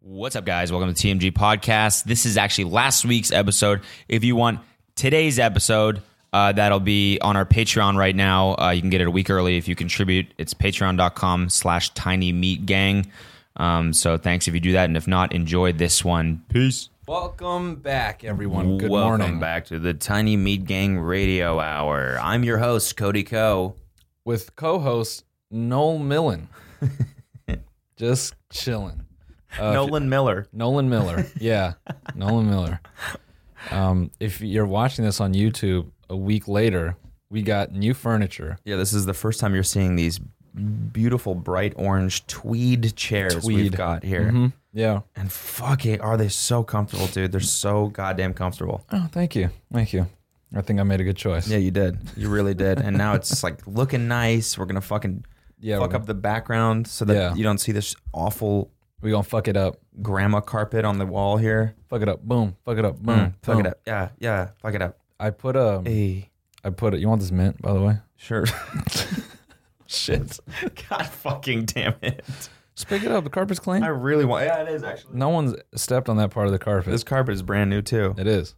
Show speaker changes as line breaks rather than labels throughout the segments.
What's up, guys? Welcome to TMG Podcast. This is actually last week's episode. If you want today's episode, uh, that'll be on our Patreon right now. Uh, you can get it a week early if you contribute. It's patreon.com slash tiny meat gang. Um, so thanks if you do that. And if not, enjoy this one. Peace.
Welcome back, everyone. Good
Welcome
morning.
back to the Tiny Meat Gang Radio Hour. I'm your host, Cody Coe.
With co-host Noel Millen, just chilling. Uh,
Nolan Miller.
Nolan Miller, yeah, Nolan Miller. Um, if you're watching this on YouTube a week later, we got new furniture.
Yeah, this is the first time you're seeing these beautiful bright orange tweed chairs we've
Tweed. Mm-hmm.
got here.
Yeah.
And fucking are they so comfortable, dude? They're so goddamn comfortable.
Oh, thank you, thank you. I think I made a good choice.
Yeah, you did. You really did. And now it's just like looking nice. We're gonna fucking
Yeah,
fuck
we're-
up the background so that
Yeah.
you don't see this awful
We gonna fuck it up.
grandma carpet on the wall here.
Fuck it up. Boom. Fuck it up. Boom.
Mm, Fuck
boom.
it up. Yeah, yeah, fuck it up.
I put a.
Hey.
I put it. You want this mint, by the way?
Sure.
Shit.
God fucking damn it.
Just pick it up. The carpet's clean.
I really want yeah, it is actually.
no one's stepped on that part of the carpet.
This carpet is brand new too.
It is.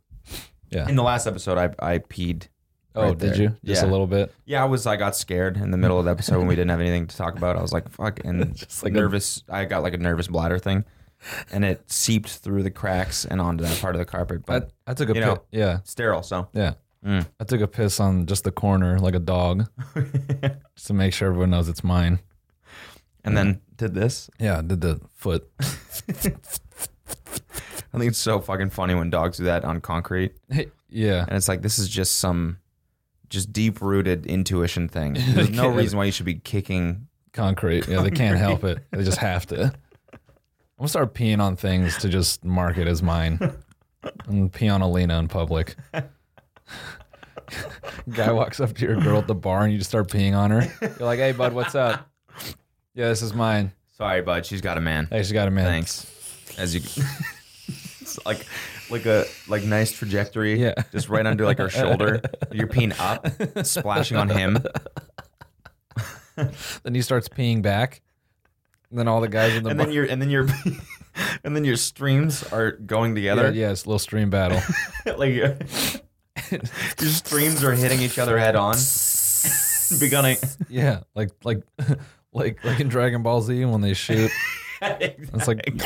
Yeah.
In the last episode I I peed.
oh,
right
did
there.
you? Just
Yeah.
a little bit.
Yeah, I was. I got scared in the middle of the episode when we didn't have anything to talk about. I was like, "Fuck!" And just like
like a-
nervous. I got like a nervous bladder thing, and it seeped through the cracks and onto that part of the carpet.
I,
But
I took a
you
piss.
know.
Yeah.
sterile, so
Yeah.
Mm.
I took a piss on just the corner like a dog just to make sure everyone knows it's mine.
and then did this.
Yeah. I Did the foot.
I think it's so fucking funny when dogs do that on concrete,
yeah.
and it's like this is just some just deep rooted intuition thing. There's no reason why you should be kicking.
Concrete. Yeah. They can't help it. They just have to. I'm going to start peeing on things to just mark it as mine. I'm going to pee on Alina in public. Guy walks up to your girl at the bar and you just start peeing on her. You're like, hey, bud, what's up? Yeah, this is mine.
Sorry, bud. She's got a man.
Hey, she got a man.
Thanks. As you, it's like like a like nice trajectory.
Yeah.
Just right under like her shoulder. You're peeing up, splashing on him.
Then he starts peeing back. And then all the guys in the
And
bar.
then your and then your and then your streams are going together.
yeah, yeah, it's a little stream battle.
like your, your streams are hitting each other head on. Becoming
yeah, like like like like in Dragon Ball Z when they shoot, it's like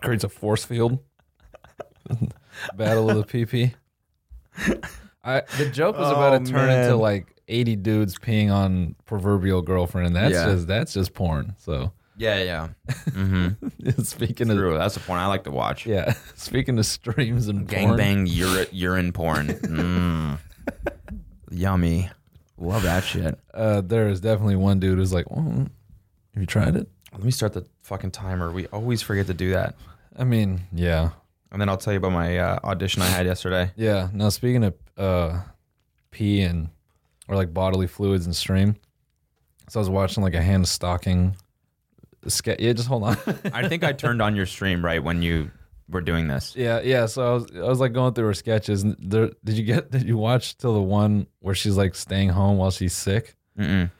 creates a force field. battle of the PP. I the joke was about
Oh,
to turn
man.
into like eighty dudes peeing on proverbial girlfriend, and that's
Yeah.
just that's just porn. So
Yeah, yeah. Mm-hmm.
speaking of
True. That's the point I like to watch.
yeah, speaking of streams and porn,
Gangbang urine, urine porn. Mm. Yummy. Love that shit.
Uh, there is definitely one dude who's like, well, have you tried it?
Let me start the fucking timer. We always forget to do that.
I mean, yeah,
And then I'll tell you about my uh, audition I had yesterday.
Yeah. Now speaking of uh, pee and or like bodily fluids and stream, so I was watching like a hand stocking. Ske- yeah, just hold on.
I think I turned on your stream right when you were doing this.
yeah, yeah. So I was I was like going through her sketches. And there, did you get did you watch till the one where she's like staying home while she's sick?
Mm-mm.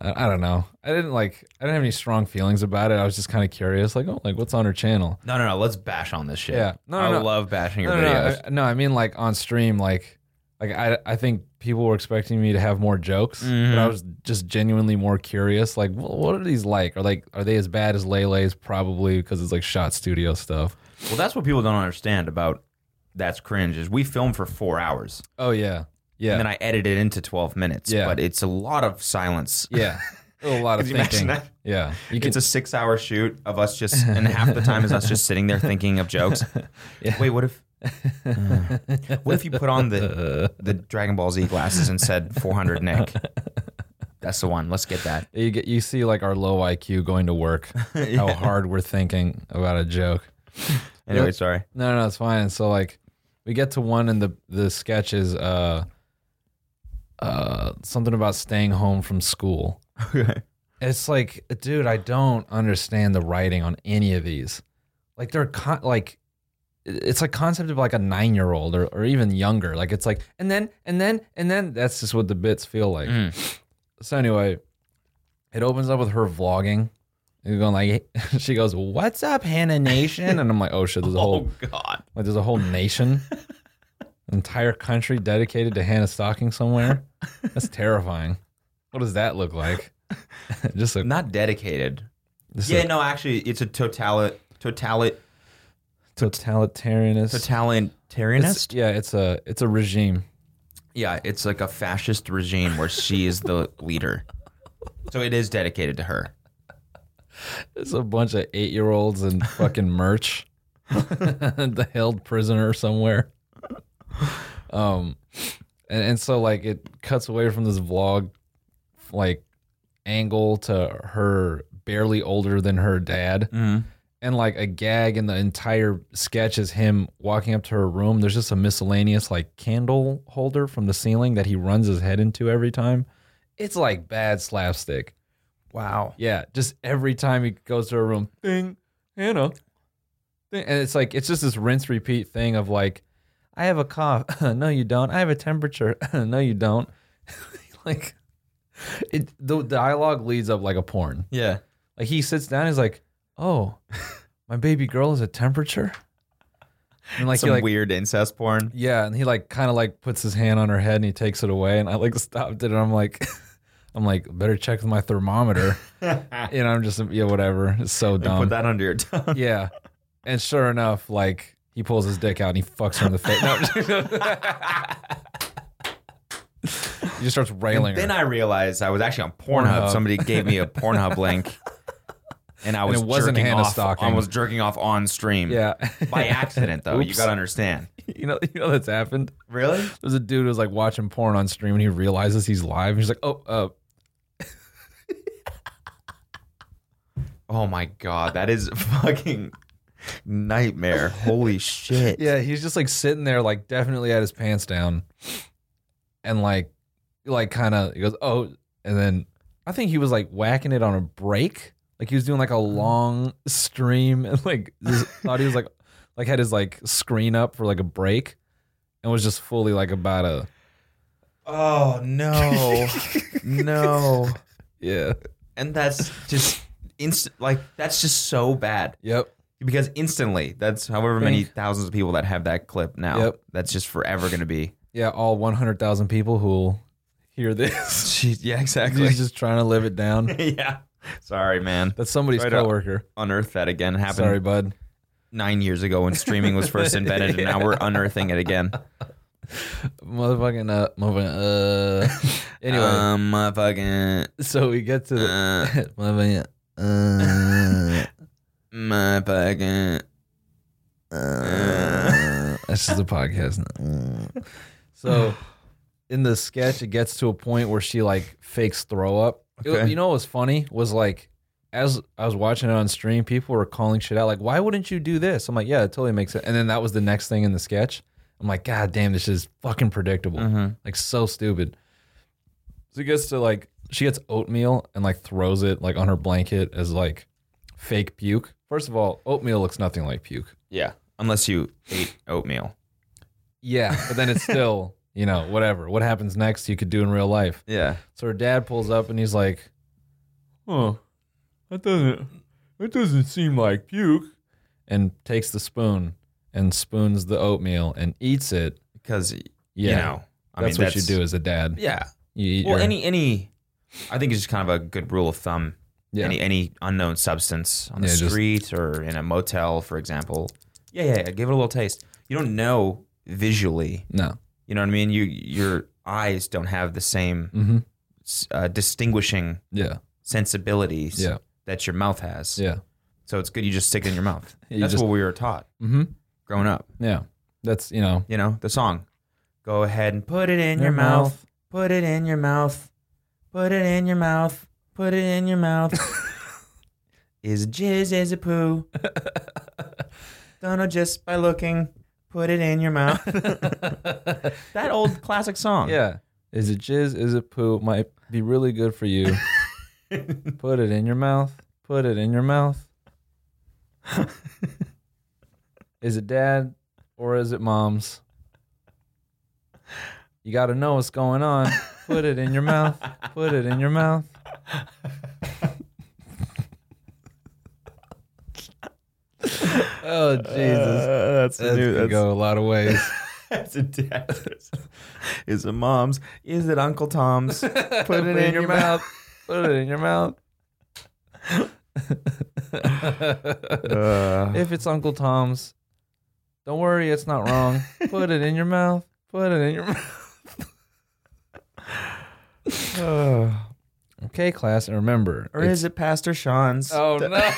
I, I don't know. I didn't like. I didn't have any strong feelings about it. I was just kind of curious, like oh, like what's on her channel?
No, no, no. Let's bash on this shit.
Yeah. No,
I
no, no.
love bashing your
No, no,
videos.
no, I, no. I mean like on stream, like like I I think people were expecting me to have more jokes, but
Mm-hmm.
I was just genuinely more curious. Like, wh- what are these like? Are like are they as bad as Lele's? Probably because it's like shot studio stuff.
Well, that's what people don't understand about that's cringe is we film for four hours
Oh yeah, yeah,
and then I edit it into 12 minutes.
Yeah.
But it's a lot of silence.
yeah. A lot of
Could you imagine
thinking.
that?
Yeah, you can.
It's a six hour shoot of us just, and half the time is us just sitting there thinking of jokes. Wait, what if, uh, what if you put on the the Dragon Ball Z glasses and said 400 Nick? That's the one. Let's get that.
you get you see like our low IQ going to work. How hard we're thinking about a joke.
Anyway, sorry.
No, no, it's fine. So like, we get to one and the the sketch is uh, uh, something about staying home from school.
Okay.
It's like, dude, I don't understand the writing on any of these. Like they're con- like, it's like concept of like a nine year old or or even younger. Like it's like and then and then and then that's just what the bits feel like. So anyway, it opens up with her vlogging He's going like, she goes, "What's up, Hannah Nation?" And I'm like, "Oh shit, there's a whole
God.
like there's a whole nation, entire country dedicated to Hannah stalking somewhere. That's terrifying. What does that look like? just a,
Not dedicated.
just
yeah,
a
no, actually, it's a totali- totali-
totalitarianist. It's-
totalitarianist.
yeah, it's a it's a regime.
yeah, it's like a fascist regime where she is the leader. So it is dedicated to her.
It's a bunch of eight year olds and fucking merch, the held prisoner somewhere. Um, and, and so like it cuts away from this vlog, like angle to her barely older than her dad,
Mm.
and like a gag in the entire sketch is him walking up to her room. There's just a miscellaneous like candle holder from the ceiling that he runs his head into every time. It's like bad slapstick.
Wow.
Yeah, just every time he goes to a room, ding, Hannah. Ding. And it's like it's just this rinse repeat thing of like, I have a cough. no, you don't. I have a temperature. no, you don't. like, it the dialogue leads up like a porn.
Yeah.
Like he sits down, he's like, "Oh, my baby girl is a temperature." And like
Some
he like
weird incest porn.
yeah, and he like kind of like puts his hand on her head and he takes it away, and I like stopped it, and I'm like, I'm like, better check with my thermometer. you know, I'm just yeah, whatever. It's so dumb.
Put that under your tongue.
yeah, and sure enough, like he pulls his dick out and he fucks her in the face. No, he just starts railing
Then
her.
I realized I was actually on Pornhub.
Pornhub.
Somebody gave me a Pornhub link, and I was
it wasn't
jerking
Hannah
off.
stalking.
I was jerking off on stream.
yeah,
By accident, though, you
Oops.
gotta understand.
you know, you know that's happened.
Really?
There's a dude who's like watching porn on stream and he realizes he's live. And he's like, oh, uh,
Oh my god, that is a fucking nightmare. Holy shit.
Yeah, he's just like sitting there, like definitely had his pants down, and like, like kind of he goes, oh, and then I think he was like whacking it on a break, like he was doing like a long stream, and like just thought he was like, like had his like screen up for like a break, and was just fully like about a
Oh no, no.
yeah,
And that's just instant. Like that's just so bad
yep,
because instantly, that's however many
Think.
thousands of people that have that clip now.
Yep.
That's just forever gonna be.
yeah, all one hundred thousand people who will hear this.
Jeez, yeah, exactly.
he's just trying to live it down.
yeah. Sorry, man.
That's somebody's
Right up.
coworker.
Unearth that again. Happened
Sorry, bud.
nine years ago when streaming was first invented, and now we're unearthing it again.
Motherfucking uh, motherfucking uh. Anyway,
um, motherfucking,
so we get to the
uh,
motherfucking uh,
motherfucking. uh,
that's just a podcast. Uh. So in the sketch, it gets to a point where she like fakes throw up. It-
Okay.
you know what was funny was like as I was watching it on stream, people were calling shit out like, "Why wouldn't you do this?" I'm like, "Yeah, it totally makes sense." And then that was the next thing in the sketch. I'm like, "God damn, this is fucking predictable."
Mhm.
Like so stupid. So it gets to like she gets oatmeal and like throws it like on her blanket as like fake puke. First of all, oatmeal looks nothing like puke.
Yeah. Unless you ate oatmeal.
Yeah, but then it's still, you know, whatever. What happens next you could do in real life.
Yeah.
So her dad pulls up and he's like, "Oh, that doesn't that doesn't seem like puke." And takes the spoon and spoons the oatmeal and eats it.
Because, you
Yeah.
know, I
that's
mean,
what you do as a dad.
Yeah.
You eat
Well,
your-
any, any, I think it's just kind of a good rule of thumb.
Yeah.
Any, any unknown substance on the
Yeah, just-
street or in a motel, for example. Yeah, yeah, yeah. Give it a little taste. You don't know visually.
no.
You know what I mean? You, your eyes don't have the same
Mm-hmm.
uh, distinguishing
Yeah.
sensibilities
Yeah.
that your mouth has.
Yeah.
So it's good you just stick it in your mouth.
You
That's
just-
what we were taught
Mm-hmm.
growing up.
Yeah. That's you know
You know, the song. Go ahead and put it in your, mouth. Put it in your mouth. Put it in your mouth. Put it in your mouth. is it jizz? Is it poo? Don't know just by looking. Put it in your mouth. that old classic song.
Yeah. Is it jizz? Is it poo? Might be really good for you. Put it in your mouth. Put it in your mouth. is it dad or is it mom's? You got to know what's going on. Put it in your mouth. Put it in your mouth. Oh Jesus,
Uh, that's,
that's
new,
could
that's,
go a lot of ways.
that's a dad's. Is it mom's? Is it Uncle Tom's? Uh, Put it in, your, mouth.
Put it in your mouth.
Uh,
if it's Uncle Tom's, don't worry, it's not wrong. Put it in your mouth. Put it in your mouth.
uh,
Okay, class, and remember.
or
it's-
is it Pastor Sean's?
oh no.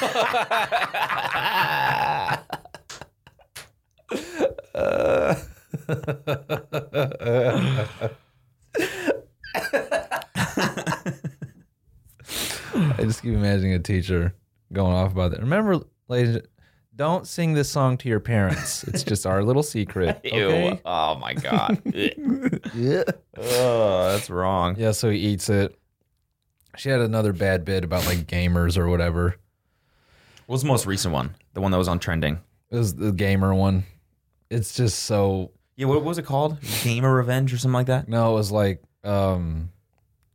I just keep imagining a teacher going off about that. Remember, ladies, don't sing this song to your parents. It's just our little secret.
Ew.
Okay?
Oh my god. oh, that's wrong.
Yeah, so he eats it. She had another bad bit about like gamers or whatever.
What's the most recent one? The one that was on trending.
It was the gamer one. It's just so
Yeah, what, what was it called? Gamer Revenge or something like that?
no, it was like um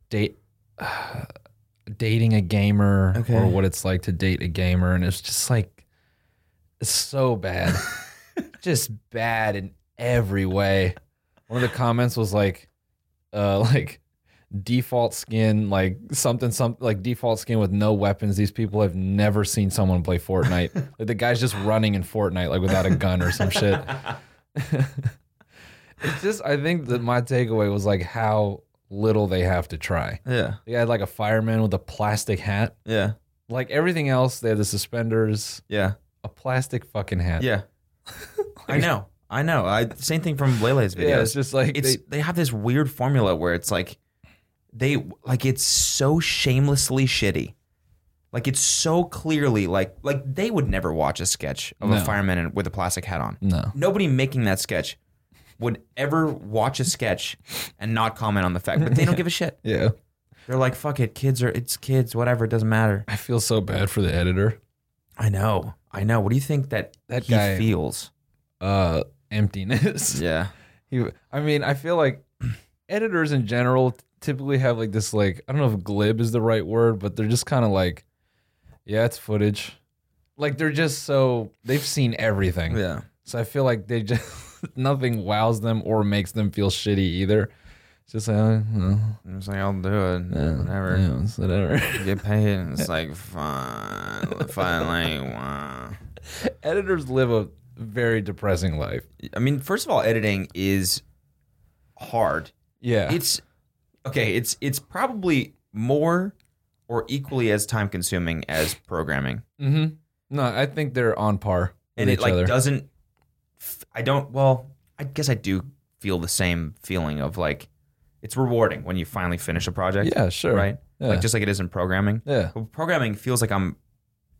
date dating a gamer
Okay.
or what it's like to date a gamer and it's just like it's so bad. just bad in every way. One of the comments was like uh like default skin like something something like default skin with no weapons these people have never seen someone play fortnite like the guy's just running in fortnite like without a gun or some Oh, shit it's just i think that my takeaway was like how little they have to try
Yeah.
they had like a fireman with a plastic hat
Yeah.
like everything else they had the suspenders
Yeah.
a plastic fucking hat
Yeah. I know. I know. I same thing from Lele's videos.
yeah it's just like
it's
they,
they, have this weird formula where it's like they like it's so shamelessly shitty. Like it's so clearly like like they would never watch a sketch of a
No.
fireman in- with a plastic hat on.
no
Nobody making that sketch would ever watch a sketch and not comment on the fact, but they don't give a shit.
yeah
They're like, "Fuck it, kids are it's kids, whatever, it doesn't matter."
i feel so bad for the editor
I know, I know. What do you think that
That
he
guy-
feels?
uh emptiness
Yeah,
He, I mean, I feel like editors in general typically have like this, like, I don't know if glib is the right word, but they're just kind of like, yeah, it's footage. Like, they're just so, they've seen everything.
yeah.
So I feel like they just, nothing wows them or makes them feel shitty either. It's just like, uh, well,
I'm just like, I'll do it,
yeah,
whatever.
yeah, it's whatever.
Get paid, and it's like fine, fine. Like, wow.
editors live a very depressing life.
I mean, first of all, editing is hard.
Yeah.
It's okay. It's it's probably more or equally as time consuming as programming.
hmm No, I think they're on par.
and
with
it
each
like
other.
doesn't f- i don't well i guess i do feel the same feeling of like it's rewarding when you finally finish a project
Yeah, sure.
right
Yeah.
like just like it is in programming
yeah.
but programming feels like i'm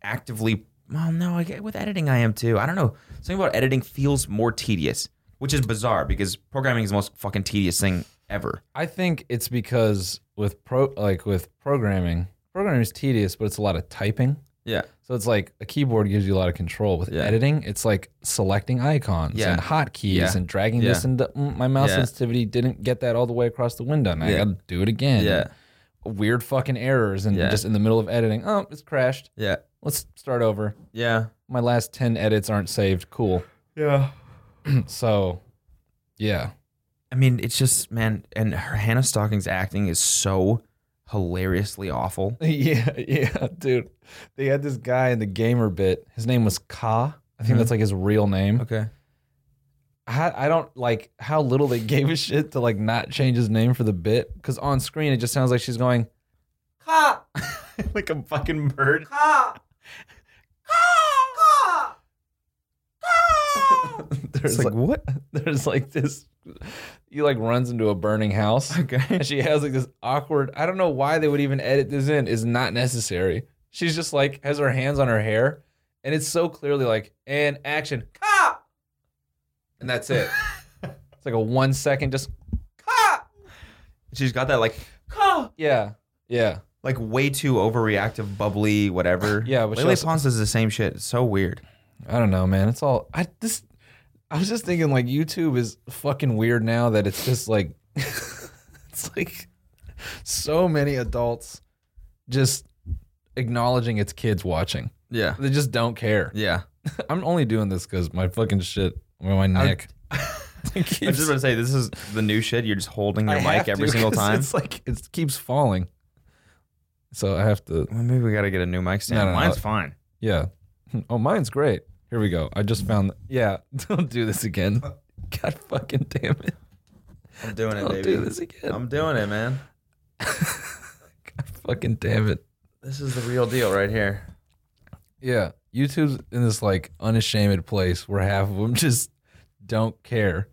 actively well no i get with editing i am too i don't know something about editing feels more tedious which is bizarre because programming is the most fucking tedious thing ever
I think it's because with pro like with programming, programming is tedious, but it's a lot of typing.
yeah
So it's like a keyboard gives you a lot of control. With
Yeah.
editing, it's like selecting icons
Yeah.
and hotkeys
Yeah.
and dragging
Yeah.
this into mm, my mouse
Yeah.
sensitivity didn't get that all the way across the window, and I
Yeah.
got to do it again.
Yeah.
Weird fucking errors, and
Yeah.
just in the middle of editing, oh, it's crashed.
yeah
Let's start over.
yeah
My last ten edits aren't saved. Cool.
yeah
So, yeah,
I mean, it's just man, and her Hannah Stocking's acting is so hilariously awful.
Yeah, yeah, dude. They had this guy in the gamer bit. His name was Ka. I
Mm-hmm.
think that's like his real name.
Okay.
I, I don't like how little they gave a shit to like not change his name for the bit because on screen it just sounds like she's going.
like a fucking bird.
There's like,
what?
there's like this. He like runs into a burning house.
Okay.
And she has like this awkward. I don't know why they would even edit this in. Is not necessary. She's just like has her hands on her hair, and it's so clearly like and action. Ka! And that's it. it's like a one second just. Ka!
She's got that like
Ka! Yeah. Yeah.
like way too overreactive, bubbly, whatever.
Yeah, but she
Lele
also-
Pons does the same shit. It's so weird.
I don't know, man. It's all I this. I was just thinking like YouTube is fucking weird now that it's just like it's like so many adults just acknowledging it's kids watching.
Yeah.
They just don't care.
Yeah.
I'm only doing this because my fucking shit, well, my neck.
I'm just gonna say this is the new shit. You're just holding your
I have
mic
to
every single
'cause
time.
It's like it keeps falling. So I have to.
Well, maybe we gotta get a new mic stand.
No, no, no.
Mine's fine.
Yeah. Oh, mine's great. Here we go. I just found. Yeah. Don't do this again. God fucking damn it.
I'm doing it,
Don't do this again.
I'm doing it, man.
God fucking damn it.
This is the real deal right here.
Yeah. YouTube's in this like unashamed place where half of them just don't care.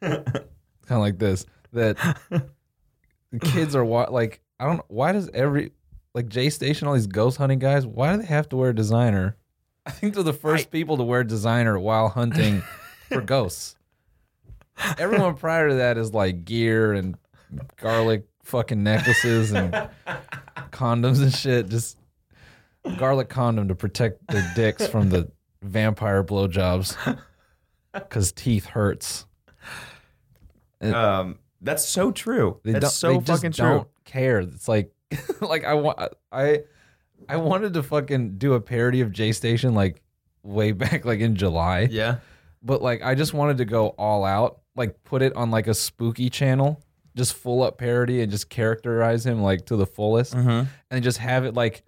kind of like this that the kids are wa- like I don't why does every like J Station all these ghost hunting guys why do they have to wear designer? I think they're the first people to wear designer while hunting for ghosts. Everyone prior to that is like gear and garlic fucking necklaces and condoms and shit just garlic condom to protect their dicks from the vampire blowjobs cuz teeth hurts.
Um, that's so true.
They don't,
that's so
they just
fucking true.
don't care. It's like, like I want, I, I wanted to fucking do a parody of J Station like way back, like in July,
Yeah.
but like I just wanted to go all out, like put it on like a spooky channel, just full up parody and just characterize him like to the fullest,
Mm-hmm.
and just have it like,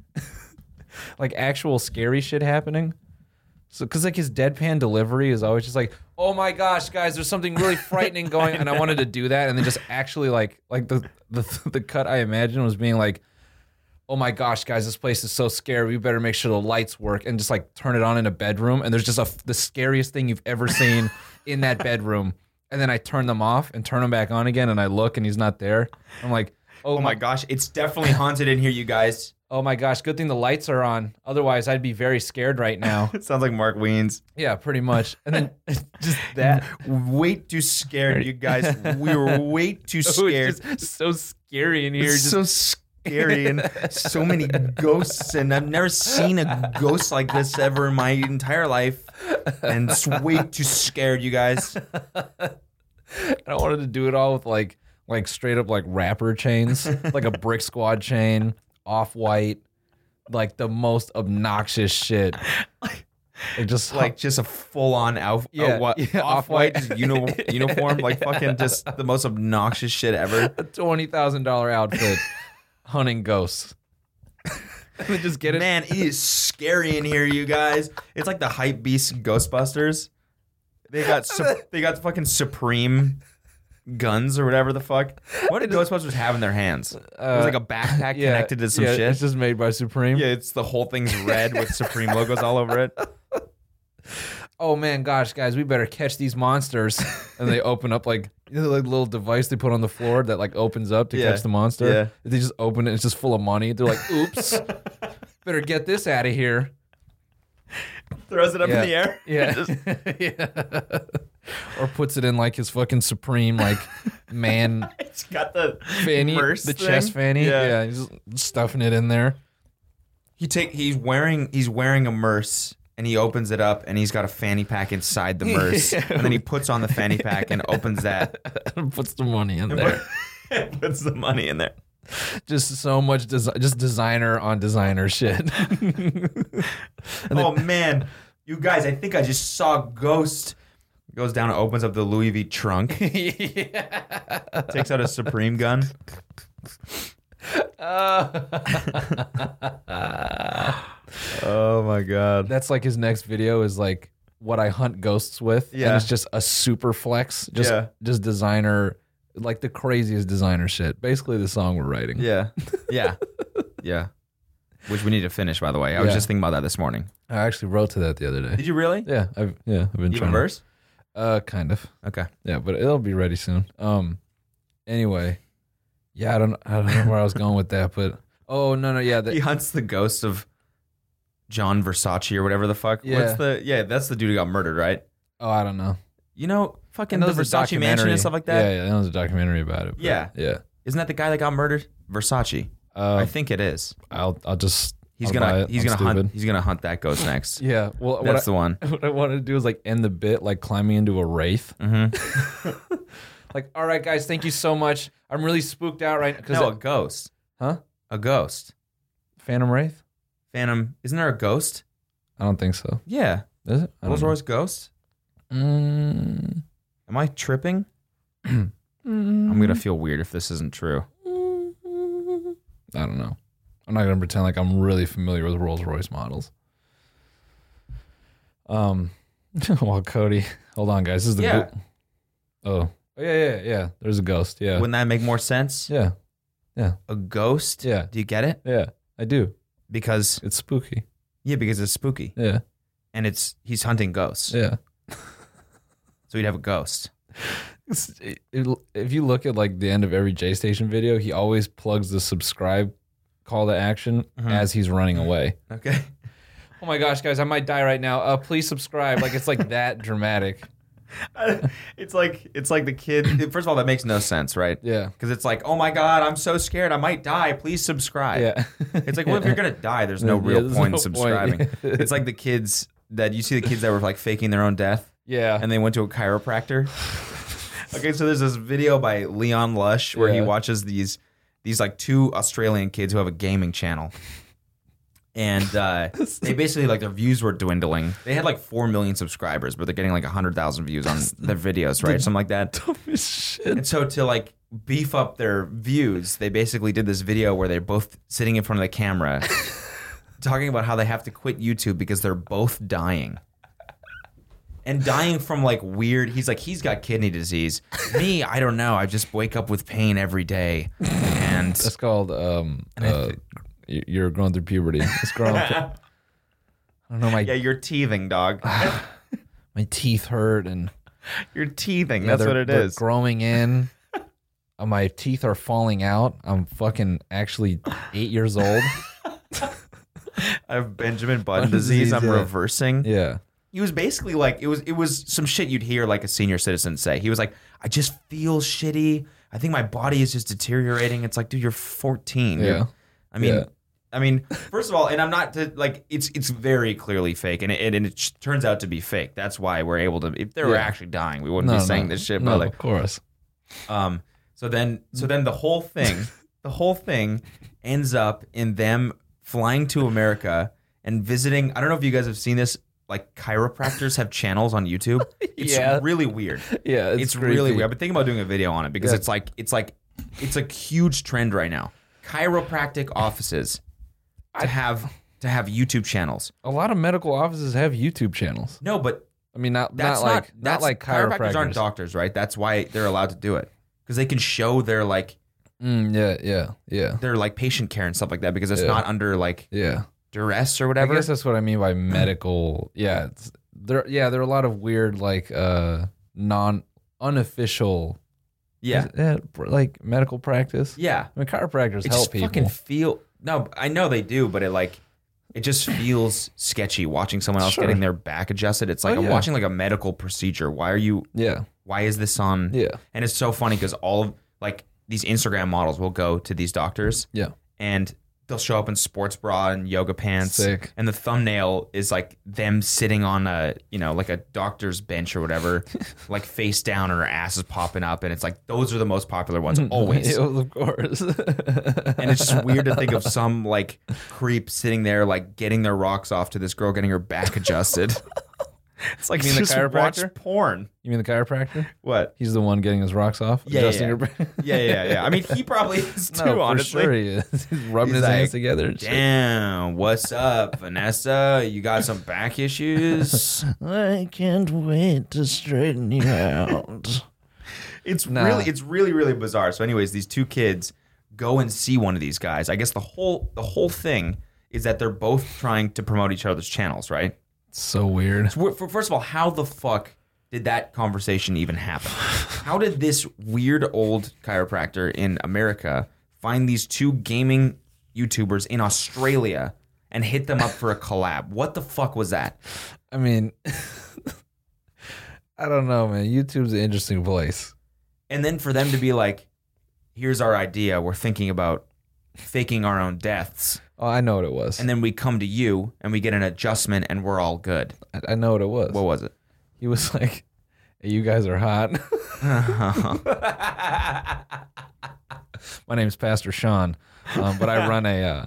like actual scary shit happening. So, cause like his deadpan delivery is always just like, "Oh my gosh, guys, there's something really frightening going," and I wanted to do that, and then just actually like, like the the the cut I imagined was being like, "Oh my gosh, guys, this place is so scary. We better make sure the lights work," and just like turn it on in a bedroom, and there's just a f- the scariest thing you've ever seen in that bedroom, and then I turn them off and turn them back on again, and I look and he's not there. I'm like, "Oh,
Oh
my
my gosh, it's definitely haunted in here, you guys.
oh my gosh, good thing the lights are on. Otherwise, I'd be very scared right now."
It sounds like Mark Weens.
yeah, pretty much, and then just that.
Way too scared, you guys. We were way too scared.
Oh, It's just so scary in here.
It's
Just,
so scary and so many ghosts, and I've never seen a ghost like this ever in my entire life. And it's way too scared, you guys.
I wanted to do it all with like like straight up like rapper chains, like a brick squad chain, off white, like the most obnoxious shit. Like just
Like just a full on alf-
Yeah,
uh, what,
yeah,
off-white
off-white.
uni- uniform, like fucking just the most obnoxious shit ever.
a twenty thousand dollar outfit hunting ghosts. And then just get it.
Man, it is scary in here, you guys. It's like the hype beast Ghostbusters. They got su- they got fucking supreme guns or whatever the fuck. What did Ghostbusters have in their hands? it was like a backpack
yeah,
connected to some
yeah,
shit.
It's just made by Supreme.
yeah, it's the whole thing's red with supreme logos all over it.
oh man, gosh, guys, we better catch these monsters. and they open up like you know, like little device they put on the floor that like opens up to
Yeah.
catch the monster.
Yeah.
They just open it. It's just full of money. They're like, oops, better get this out of here.
Throws it up
Yeah.
in the air.
Yeah.
Just-
yeah. or puts it in like his fucking supreme like man
it's got the
fanny,
merce
the
thing.
chest fanny. Yeah. he's just stuffing it in there.
He take he's wearing he's wearing a merce and he opens it up and he's got a fanny pack inside the merce. And then he puts on the fanny pack and opens that.
puts the money in there.
puts the money in there.
just so much desi- just designer on designer shit.
oh man, you guys, I think I just saw a ghost. Goes down and opens up the Louis V trunk, takes out a Supreme gun. Oh my god.
that's like his next video is like what I hunt ghosts with.
Yeah.
And it's just a super flex. Just
Yeah.
just designer like the craziest designer shit. Basically the song we're writing.
Yeah. Yeah. Yeah. Which we need to finish, by the way. I was
Yeah.
just thinking about that this morning.
I actually wrote to that the other day.
Did you really?
Yeah, I've yeah, I've been
You have
trying.
a
to-
verse?
Uh kind of.
Okay.
Yeah, but it'll be ready soon. Um anyway. Yeah, I don't I don't know where I was going with that, but oh no no yeah the,
He hunts the ghost of John Versace or whatever the fuck.
Yeah.
What's the yeah, that's the dude who got murdered, right?
oh I don't know.
You know, fucking
That
the
was a
Versace mansion
documentary.
and stuff like that.
Yeah, yeah, that was a documentary about it. but-
Yeah.
yeah.
Isn't that the guy that got murdered? Versace. I
Uh,
think it is.
I'll I'll just
He's
I'll buy
gonna
it.
he's
I'm
gonna hunt
stupid.
he's gonna hunt that ghost next.
Yeah, well, what I,
That's the one.
what I wanted to do is like end the bit like climbing into a wraith.
Mhm.
Like, all right, guys, thank you so much. I'm really spooked out right now. Cause
No, a ghost.
huh?
A ghost.
Phantom wraith?
Phantom. Isn't there a ghost?
I don't think so.
Yeah.
Is it? I don't
Rolls
know.
Royce Ghost?
Mm,
Am I tripping? I'm
Mm-hmm.
gonna feel weird if this isn't true.
I don't know. I'm not gonna pretend like I'm really familiar with Rolls Royce models. Um, while Cody, hold on, guys. This is the
Yeah.
go- oh. oh yeah yeah yeah. There's a ghost. Yeah
Wouldn't that make more sense?
yeah
A ghost?
Yeah.
Do you get it?
yeah. I do.
Because
It's spooky.
yeah, because it's spooky
Yeah
and it's he's hunting ghosts.
yeah.
So he'd have a ghost.
It's- it- it- if you look at like the end of every J Station video, he always plugs the subscribe call to action
Mhm.
as he's running away.
Okay.
Mm-hmm. Oh my gosh, guys, I might die right now. Uh, please subscribe. Like it's like that dramatic.
it's like it's like the kid. First of all, that makes no sense, right?
Yeah.
Because it's like, oh my god, I'm so scared, I might die. Please subscribe.
Yeah.
It's like, well, if you're gonna die, there's no
Yeah,
real
there's
point
no
in subscribing.
point.
it's like the kids that you see the kids that were like faking their own death
yeah.
and they went to a chiropractor. okay, so there's this video by Leon Lush where he
Yeah.
watches these these like two Australian kids who have a gaming channel. And uh, they basically like their views were dwindling. They had like four million subscribers, but they're getting like hundred thousand views on their videos, right? Something like that.
Oh, shit.
And so to like beef up their views, they basically did this video where they're both sitting in front of the camera talking about how they have to quit YouTube because they're both dying. And dying from like weird, he's like, he's got kidney disease. Me, I don't know. I just wake up with pain every day. And
That's called um uh, y- you're growing through puberty. It's growing I don't know my
yeah, you're teething, dog.
my teeth hurt and
You're teething.
Yeah,
That's
they're-
what it
they're
is.
Growing in. Uh, My teeth are falling out. I'm fucking actually eight years old.
I have Benjamin Button
Button
disease.
disease,
I'm
yeah.
reversing.
Yeah.
he was basically like it was it was some shit you'd hear like a senior citizen say. He was like, I just feel shitty. I think my body is just deteriorating. It's like, dude, you're 14.
Yeah.
I mean,
Yeah.
I mean, first of all, and I'm not to, like it's it's very clearly fake, and it, and it sh- turns out to be fake. That's why we're able to. If they were
Yeah.
actually dying, we wouldn't be saying this shit.
no,
But like,
of course.
um, so then, so then the whole thing, the whole thing, ends up in them flying to America and visiting. I don't know if you guys have seen this. Like chiropractors have channels on YouTube. It's
Yeah.
really weird.
Yeah,
It's, really weird. I've been thinking about doing a video on it because it's like it's like it's a huge trend right now. Chiropractic offices to have to have YouTube channels.
A lot of medical offices have YouTube channels.
No, but
I mean, not
that's
not like not,
that's,
like chiropractors.
aren't doctors, right? That's why they're allowed to do it because they can show their like
Mm, yeah, yeah, yeah,
their like patient care and stuff like that because it's
Yeah.
not under like
yeah.
duress or
I
whatever.
guess that's what I mean by medical. Yeah, it's, there. Yeah, there are a lot of weird, like, uh, non unofficial,
yeah,
is that, like medical practice.
yeah.
I mean, chiropractors
It
help
just
people.
fucking feel. No, I know they do, but it like it just feels sketchy watching someone else
Sure.
getting their back adjusted. It's like
Oh,
I'm
yeah.
watching like a medical procedure. Why are you?
yeah,
Why is this on?
yeah,
And it's so funny because all of like these Instagram models will go to these doctors
yeah.
and they'll show up in sports bra and yoga pants.
Sick.
And the thumbnail is like them sitting on a, you know, like a doctor's bench or whatever, like face down and her ass is popping up. And it's like, those are the most popular ones always.
Yeah, of course.
and it's just weird to think of some like creep sitting there, like getting their rocks off to this girl getting her back adjusted. it's like,
You mean the
just watch
chiropractor?
porn.
you mean the chiropractor?
What?
He's the one getting his rocks off.
Yeah,
adjusting
yeah.
your back.
Yeah, yeah, yeah. I mean, he probably is too,
no, for
honestly.
sure he is. He's rubbing
He's
his
like,
hands together. and shit.
Damn, what's up, Vanessa? You got some back issues?
I can't wait to straighten you out.
It's
Nah.
really it's really really bizarre. So anyways, these two kids go and see one of these guys. I guess the whole the whole thing is that they're both trying to promote each other's channels, right?
so weird.
Wh- f- First of all, how the fuck did that conversation even happen? How did this weird old chiropractor in America find these two gaming YouTubers in Australia and hit them up for a collab? What the fuck was that?
I mean, I don't know, man. YouTube's an interesting place.
and then for them to be like, "Here's our idea. We're thinking about faking our own deaths,
Oh, I know what it was.
and then we come to you and we get an adjustment, and we're all good."
I, I know what it was.
What was it?
he was like, hey, "You guys are hot." My name's Pastor Sean, um, but I run Uh, a. Uh,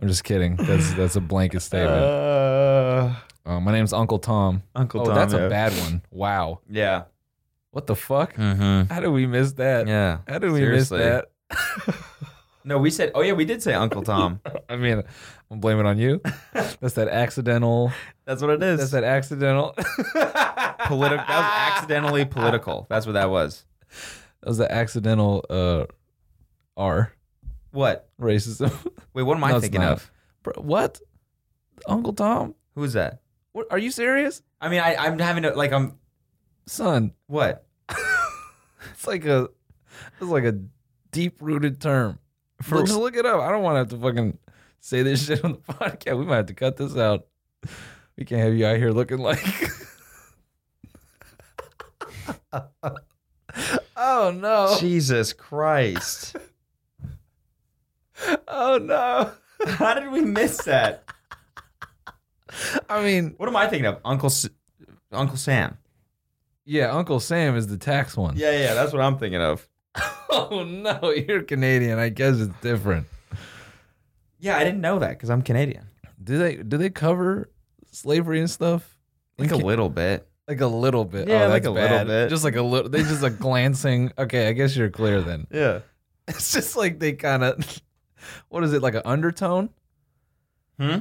I'm just kidding. That's that's a blanket statement. Uh, my name's Uncle Tom.
Uncle
oh,
Tom,
that's
yeah.
a bad one. Wow.
Yeah.
What the fuck?
Mm-hmm.
How did we miss that?
Yeah.
How did we
Seriously.
miss that?
No, we said. Oh yeah, we did say Uncle Tom.
I mean, I'm blaming it on you. That's that accidental.
That's what it is.
That's that accidental.
Political. That was accidentally political. That's what that was.
That was the accidental uh, R
What?
racism.
Wait, what am I
No, it's
thinking
not.
of?
Bro, what? Uncle Tom?
Who's that?
What? Are you serious,
I mean, I, I'm having to like I'm
son?
what
It's like a, it's like a deep rooted term.
For-
Look- just look it up. I don't want to have to fucking say this shit on the podcast. We might have to cut this out. We can't have you out here looking like. oh no!
Jesus Christ!
Oh no!
How did we miss that?
I mean,
What am I thinking of? Uncle S- Uncle Sam.
yeah, Uncle Sam is the tax one.
Yeah, yeah, that's what I'm thinking of.
Oh no, you're Canadian. I guess it's different.
Yeah, I didn't know that because I'm Canadian.
Do they do they cover slavery and stuff?
Like a
Ca-
little bit.
like a little bit.
Yeah,
oh,
like
that's
a little
bad.
bit.
Just like a little. They just like glancing. Okay, I guess you're clear then.
Yeah.
It's just like they kind of. What is it like an undertone?
Hmm?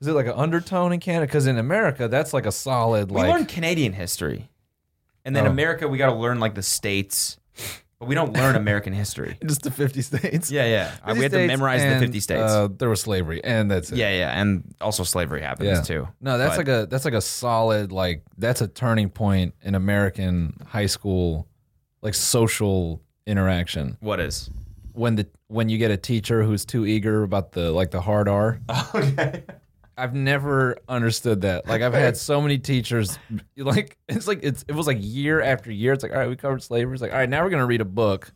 Is it like an undertone in Canada? Because in America, that's like a solid
We
like.
learn Canadian history, and then
Oh.
America, we got to learn like the states, but we don't learn American history.
just the fifty states.
Yeah, yeah. I-
50
we had to
states
memorize the
and,
50 states.
Uh, there was slavery, and that's it.
yeah, yeah, and also slavery happens
Yeah.
too.
No, that's
But-
like a that's like a solid like that's a turning point in American high school like social interaction
What is?
when the when you get a teacher who's too eager about the like the hard R.
Okay.
I've never understood that. Like I've had so many teachers like it's like it's it was like year after year. It's like all right, we covered slavery. It's like all right, now we're gonna read a book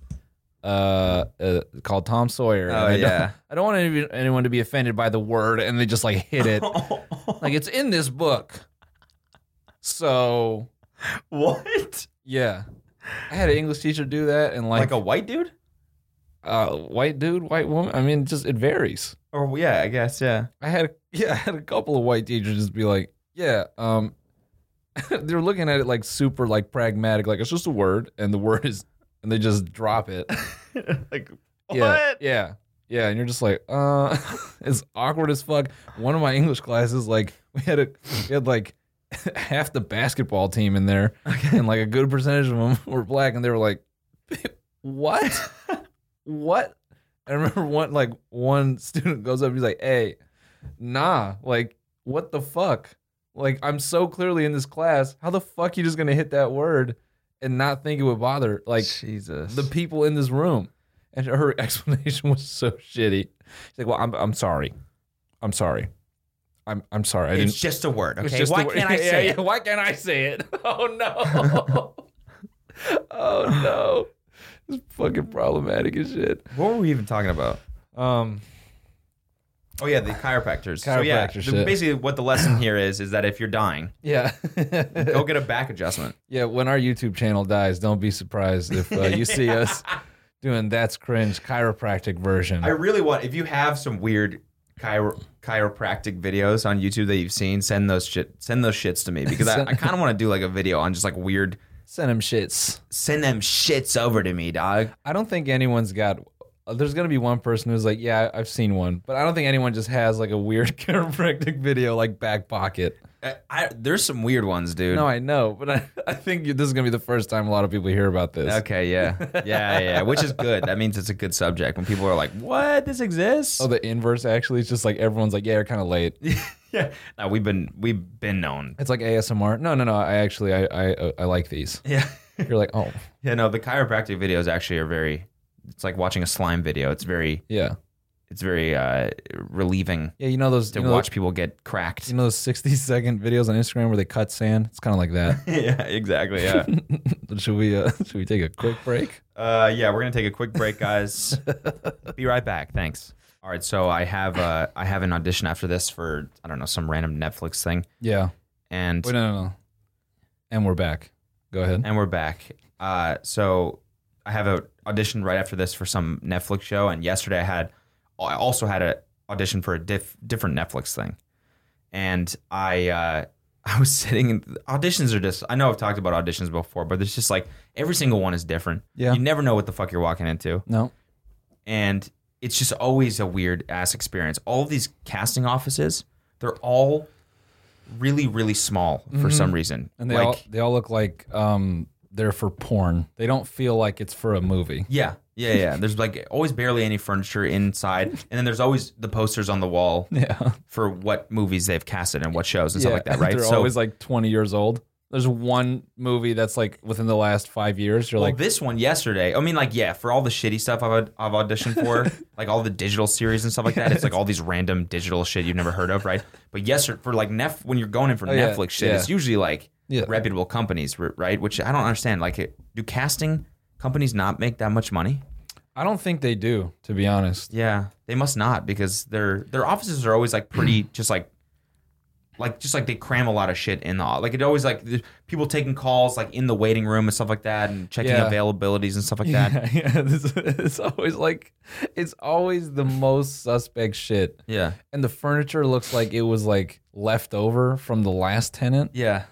uh, uh called Tom Sawyer. And
Oh,
I
yeah.
Don't, I don't want any, anyone to be offended by the word, and they just like hit it. like it's in this book. So
What?
yeah, I had an English teacher do that, and
Like
like,
a white dude?
a uh, white dude, white woman. I mean, just it varies.
Or yeah, I guess yeah.
I had yeah, I had a couple of white teachers just be like, yeah, um, they were looking at it like super like pragmatic, like it's just a word, and the word is, and they just drop it.
like
Yeah, yeah, yeah, and you're just like, uh, it's awkward as fuck. One of my English classes, like we had a, we had like half the basketball team in there, and like a good percentage of them were black, and they were like, what, what? I remember one like one student goes up, he's like, hey nah, like what the fuck? Like I'm so clearly in this class. How the fuck you just gonna hit that word and not think it would bother like
Jesus.
the people in this room? And her explanation was so shitty. She's like, "Well, I'm I'm sorry, I'm sorry, I'm I'm sorry. I
it's
didn't.
just a word.
it's
Okay.
just
Why
the word-
can't I
Yeah,
say
yeah,
it?
Why can't I say it? Oh no. oh no. It's fucking problematic as shit.
What were we even talking about?
Um.
Oh yeah, the chiropractors. so yeah,
Chiropractor
the-
shit.
basically what the lesson here is is that if you're dying,
Yeah.
go get a back adjustment.
Yeah, when our YouTube channel dies, don't be surprised if uh, you see us doing that's cringe chiropractic version.
I really want if you have some weird chiro- chiropractic videos on YouTube that you've seen, send those shit send those shits to me because I,
Send-
I kind of want to do like a video on just like weird
Send them shits.
send them shits over to me, dog.
I don't think anyone's got. uh, There's gonna be one person who's like, "Yeah, I've seen one," but I don't think anyone just has like a weird chiropractic video like back pocket.
I, I, there's some weird ones, dude.
Uh, No, I know, but I, I think this is gonna be the first time a lot of people hear about this.
Okay, yeah. Yeah, yeah, which is good. That means it's a good subject when people are like, "What? This exists?"
Oh, the inverse actually it's just like everyone's like, "Yeah, you're kind of late."
yeah. No, we've been we've been known.
It's like ASMR. No, no, no. I actually I I, uh, I like these.
Yeah.
You're like, oh
Yeah, no, the chiropractic videos actually are very it's like watching a slime video. It's very
yeah,
it's very uh relieving
yeah. You know those
to
you know-
watch people get cracked.
You know those 60 second videos on Instagram where they cut sand? It's kind of like that.
yeah, exactly. Yeah.
should we uh, should we take a quick break?
Uh, yeah, we're gonna take a quick break, guys. Be right back. Thanks. All right, so I have uh, I have an audition after this for I don't know some random Netflix thing,
Yeah.
and
Wait, no, no, no. And we're back. Go ahead.
and we're back. Uh, so I have a audition right after this for some Netflix show, and yesterday I had I also had a audition for a diff, different Netflix thing, and I uh, I was sitting in auditions are just I know I've talked about auditions before, but there's just like every single one is different.
Yeah.
You never know what the fuck you're walking into.
No.
And it's just always a weird ass experience. All of these casting offices, they're all really, really small for some reason.
Mm-hmm. And they
like
all they all look like um they're for porn. They don't feel like it's for a movie.
Yeah. Yeah, yeah. There's like always barely any furniture inside. And then there's always the posters on the wall
Yeah.
for what movies they've casted and what shows and stuff like that, right?
They're always like 20 years old. There's one movie that's like within the last five years. You're
Well,
like,
this one yesterday. I mean, like, yeah, for all the shitty stuff I've, I've auditioned for, like all the digital series and stuff like that, it's like all these random digital shit you've never heard of, right? But yesterday, for like Nef, when you're going in for
Oh, yeah,
Netflix shit,
yeah.
it's usually like
Yeah.
reputable companies, r- right? Which I don't understand. Like, it- do casting companies not make that much money?
I don't think they do, to be honest.
Yeah, they must not because their their offices are always like pretty, just like. Like just like they cram a lot of shit in the like it always like there's people taking calls like in the waiting room and stuff like that and checking
Yeah.
availabilities and stuff like that.
Yeah, yeah. This, it's always like, it's always the most suspect shit.
Yeah.
And the furniture looks like it was like left over from the last tenant.
Yeah.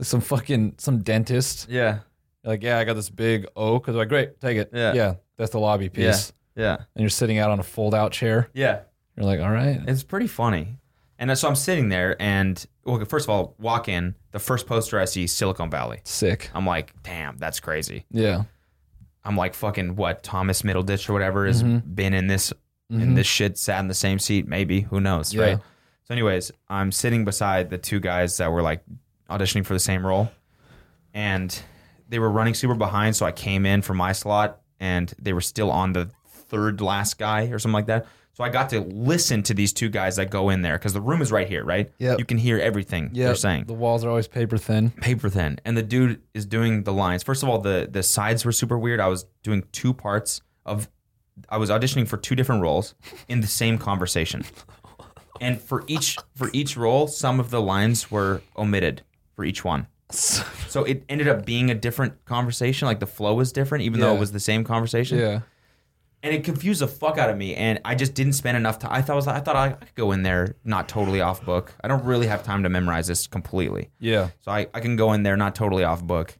Some fucking some dentist.
Yeah.
You're like, yeah, I got this big oak. I was like, great, take it.
Yeah.
yeah, that's the lobby piece.
Yeah.
And you're sitting out on a fold-out chair.
Yeah.
You're like, all right,
It's pretty funny. And uh, so I'm sitting there and well, first of all, walk in, the first poster I see is Silicon Valley.
sick.
I'm like, damn, that's crazy.
Yeah.
I'm like fucking what, Thomas Middleditch or whatever has
Mm-hmm.
been in this in this shit, sat in the same seat, maybe. Who knows?
Yeah.
Right. So anyways, I'm sitting beside the two guys that were like auditioning for the same role. And they were running super behind, so I came in for my slot and they were still on the third last guy or something like that. So I got to listen to these two guys that go in there because the room is right here, right?
Yep.
You can hear everything
Yeah.
they're saying
the walls are always paper thin.
paper thin and the dude is doing the lines first of all the the sides were super weird i was doing two parts of i was auditioning for two different roles in the same conversation and for each for each role some of the lines were omitted for each one so it ended up being a different conversation like the flow was different even though
Yeah.
it was the same conversation
yeah.
and it confused the fuck out of me and i just didn't spend enough time i thought I, was, I thought i could go in there not totally off book i don't really have time to memorize this completely
Yeah.
so I, I can go in there, not totally off book,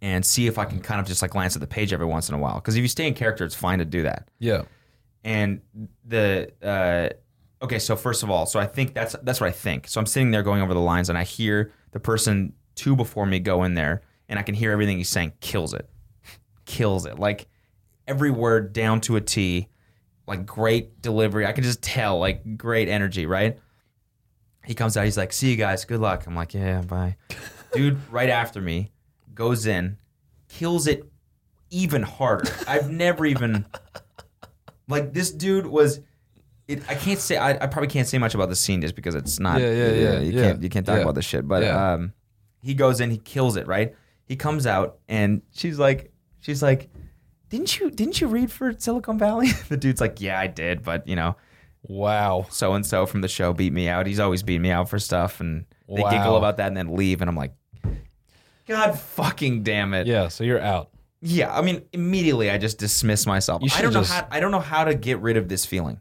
and see if I can kind of just like glance at the page every once in a while. Because if you stay in character, it's fine to do that.
Yeah.
And the uh, okay, so first of all, so I think that's that's what I think. So I'm sitting there going over the lines, and I hear the person two before me go in there, and I can hear everything he's saying. Kills it, kills it. Like every word down to a T. Like great delivery. I can just tell. Like great energy, right? he comes out. He's like, "See you guys. Good luck." I'm like, "Yeah, bye." Dude, right after me, goes in, kills it even harder. I've never even like this dude was. It, I can't say. I, I probably can't say much about the scene just because it's not.
Yeah, yeah, yeah,
You
yeah,
can't. You can't talk
yeah.
about this shit. But
Yeah.
um, he goes in. He kills it. Right. He comes out and she's like, she's like, didn't you didn't you read for Silicon Valley? the dude's like, yeah, I did, but you know
Wow.
so and so from the show beat me out. He's always beat me out for stuff, and they
Wow.
giggle about that and then leave. And I'm like, God fucking damn it! Yeah,
Yeah. So you're out.
I mean, immediately I just dismiss myself.
You
I
should
don't
just-
know how I don't know how to get rid of this feeling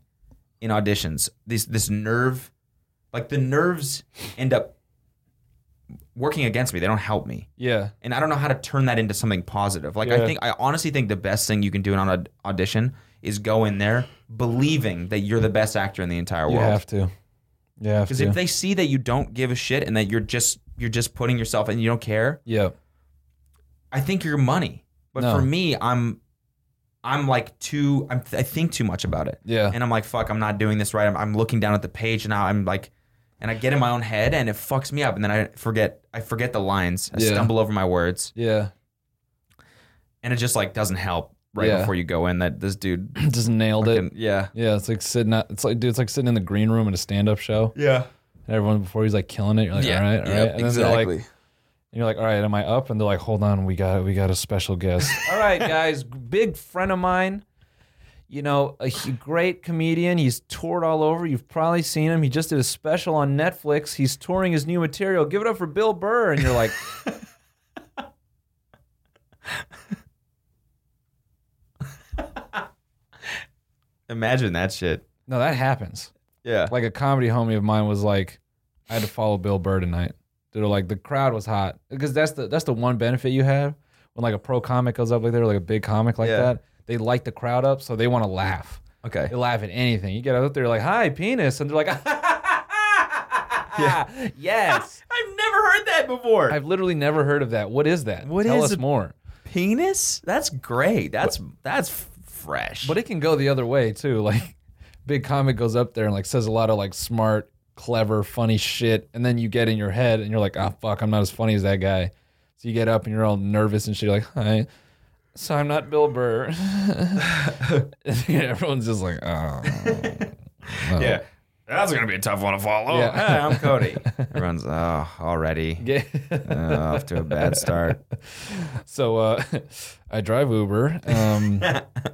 in auditions. This this nerve, like the nerves end up working against me. They don't help me.
Yeah.
And I don't know how to turn that into something positive. Like
Yeah.
I think I honestly think the best thing you can do in an aud- audition is go in there believing that you're the best actor in the entire
You
world.
have to. You have
Because
to.
if they see that you don't give a shit and that you're just you're just putting yourself and you don't care,
yeah.
I think you're money. But
No.
for me, I'm I'm like too I'm I think too much about it.
Yeah.
And I'm like, fuck, I'm not doing this right. I'm, I'm looking down at the page and now I'm like and I get in my own head and it fucks me up and then I forget I forget the lines. I
Yeah.
stumble over my words
yeah.
and it just like doesn't help right
Yeah.
before you go in that this dude
Just nailed it.
fucking- yeah.
Yeah. It's like sitting out. It's like, dude, it's like sitting in the green room at a stand up show.
Yeah.
And everyone before he's like killing it. You're like,
Yeah.
all right. all right.
Yep,
and then they're like, and you're like, all right, am I up? And they're like, hold on, we got we got a special guest. all right, guys, big friend of mine. You know, a h- great comedian. He's toured all over. You've probably seen him. He just did a special on Netflix. He's touring his new material. Give it up for Bill Burr. And you're like,
Imagine that shit.
no, that happens.
Yeah.
Like a comedy homie of mine was like, I had to follow Bill Burr tonight. Dude, like the crowd was hot because that's the that's the one benefit you have when like a pro comic goes up like there, like a big comic like
Yeah.
that. They light the crowd up, so they want to laugh.
Okay.
They laugh at anything. You get out there like, "Hi, penis," and they're like, "Yeah, yes."
I've never heard that before.
I've literally never heard of that. What is that?
What
Tell
is
us
a-
more.
Penis? That's great. That's that's f- fresh.
But it can go the other way too. Like, big comic goes up there and like says a lot of like smart, clever, funny shit, and then you get in your head and you're like, "Oh fuck, I'm not as funny as that guy." So you get up and you're all nervous and shit. You're like, "Hi." So I'm not Bill Burr. And Everyone's just like, oh.
yeah. That's gonna be a tough one to follow.
Yeah.
Hey, I'm Cody. Everyone's oh, already uh, off to a bad start.
So uh, I drive Uber. Um,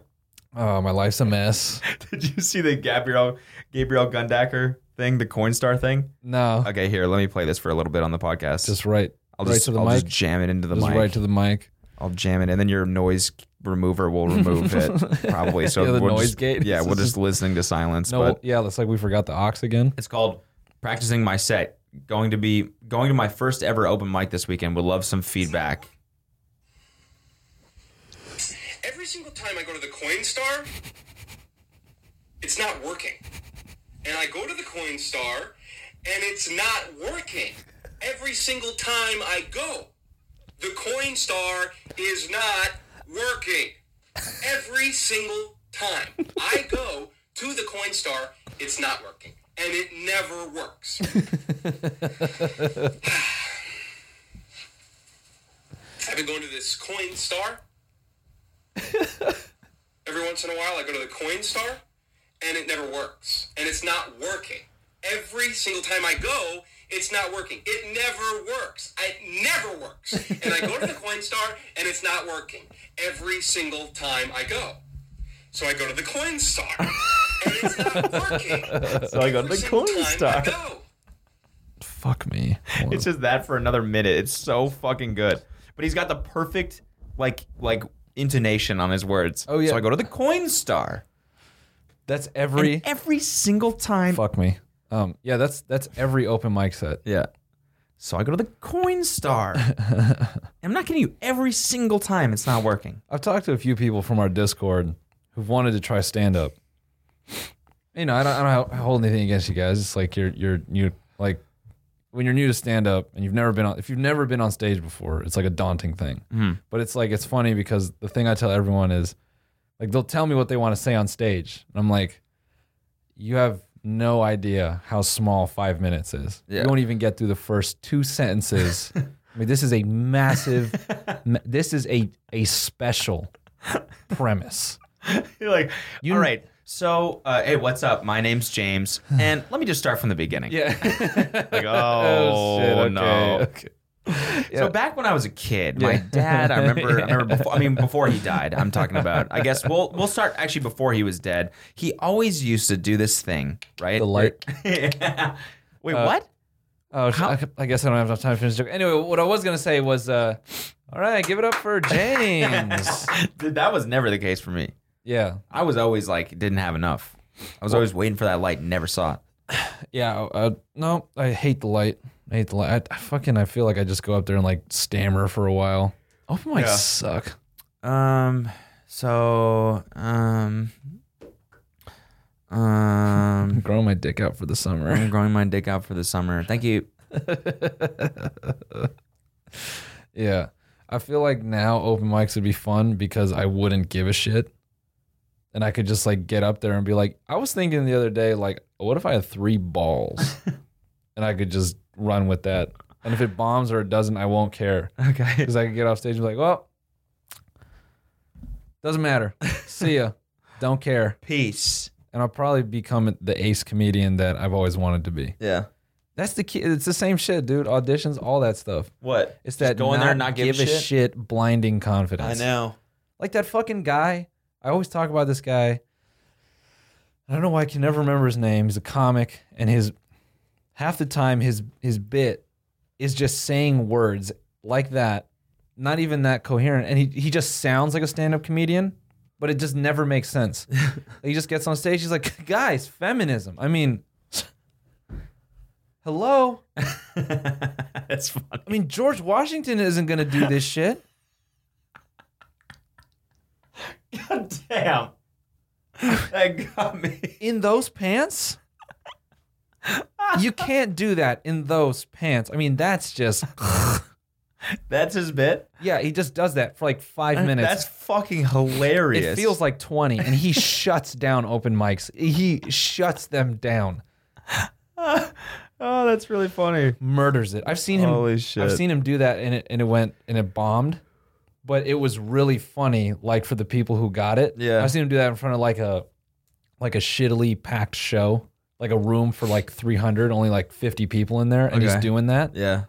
oh, my life's a mess.
Did you see the Gabriel Gabriel Gundaker thing, the Coinstar thing?
No,
Okay, here, let me play this for a little bit on the podcast.
just right.
I'll
right
just,
to the
I'll
mic.
just jam it into the
Just
mic.
right to the mic.
I'll jam it, and then your noise remover will remove it probably. So
Yeah, the
we'll
noise
just,
gate.
Yeah, we're just listening to silence.
No,
but
yeah, looks like we forgot the ox again.
It's called practicing my set. Going to be going to my first ever open mic this weekend. Would love some feedback.
every single time I go to the Coinstar, it's not working. And I go to the Coinstar, and it's not working. Every single time I go, the Coinstar is not working. Every single time I go to the Coinstar, it's not working. And it never works. I've been going to this Coinstar. Every once in a while, I go to the Coinstar, and it never works, and it's not working. Every single time I go, it's not working. It never works. It never works. And I go to the Coinstar, and it's not working. Every single time I go. So I go to the Coinstar, and it's not working.
So I go to the
Every single time I
Coinstar.
go.
Fuck me.
It's just that for another minute. It's so fucking good. But he's got the perfect like like intonation on his words.
Oh, yeah.
So I go to the Coinstar.
That's every
Every single time.
fuck me. Um, yeah, that's that's every open mic set.
Yeah. So I go to the Coinstar. I'm not kidding you. Every single time it's not working.
I've talked to a few people from our Discord who've wanted to try stand up. You know, I don't, I don't hold anything against you guys. It's like you're you're new, like when you're new to stand up and you've never been on. If you've never been on stage before, it's like a daunting thing. But it's like it's funny because the thing I tell everyone is, like they'll tell me what they want to say on stage, and I'm like, you have no idea how small five minutes is.
Yeah.
You won't even get through the first two sentences. I mean, this is a massive. ma- this is a a special premise.
You're like, all right. So, uh, hey, what's up? My name's James, and let me just start from the beginning.
Yeah.
Like, oh, no. So
Yeah.
back when I was a kid, my
Yeah.
dad, I remember, I remember before, I mean, before he died, I'm talking about, I guess we'll, we'll start actually before he was dead. He always used to do this thing, right?
The light.
Yeah. Wait, what?
Oh, sh- I, I guess I don't have enough time to finish the joke. Anyway, what I was gonna say was, uh, all right, give it up for James.
Dude, that was never the case for me.
yeah,
I was always like, didn't have enough. I was always waiting for that light and never saw it.
yeah. Uh, no, I hate the light. I hate the light. I, I fucking I feel like I just go up there and like stammer for a while. Open mics
Yeah.
suck.
Um. So. Um.
I'm
Um.
growing my dick out for the summer.
I'm growing my dick out for the summer. Thank you.
Yeah. I feel like now open mics would be fun because I wouldn't give a shit. And I could just like get up there and be like, I was thinking the other day, like, what if I had three balls? and I could just run with that. And if it bombs or it doesn't, I won't care.
Okay.
Because I could get off stage and be like, well, doesn't matter. See ya. Don't care.
Peace.
And I'll probably become the ace comedian that I've always wanted to be.
Yeah.
That's the key. It's the same shit, dude. Auditions, all that stuff.
What?
It's
Just
that
go in there and not give a shit?
blinding confidence.
know.
Like that fucking guy. I always talk about this guy. I don't know why I can never remember his name. He's a comic, and his half the time his his bit is just saying words like that, not even that coherent, and he he just sounds like a stand up comedian, but it just never makes sense. he just gets on stage, he's like, guys, feminism. I mean. Hello?
That's funny.
I mean, George Washington isn't going to do this shit.
God damn. That got me.
in those pants? you can't do that in those pants. I mean, that's just
That's his bit.
yeah. He just does that for like five minutes.
That's fucking hilarious.
it feels like twenty, and he shuts down open mics. He shuts them down,
Oh, that's really funny.
murders it. I've seen him.
Holy shit.
I've seen him do that, and it and it went and it bombed. But it was really funny, like for the people who got it.
Yeah.
I've seen him do that in front of like a like a shittily packed show, like a room for like three hundred, only like fifty people in there, and he's
Okay.
doing that.
Yeah.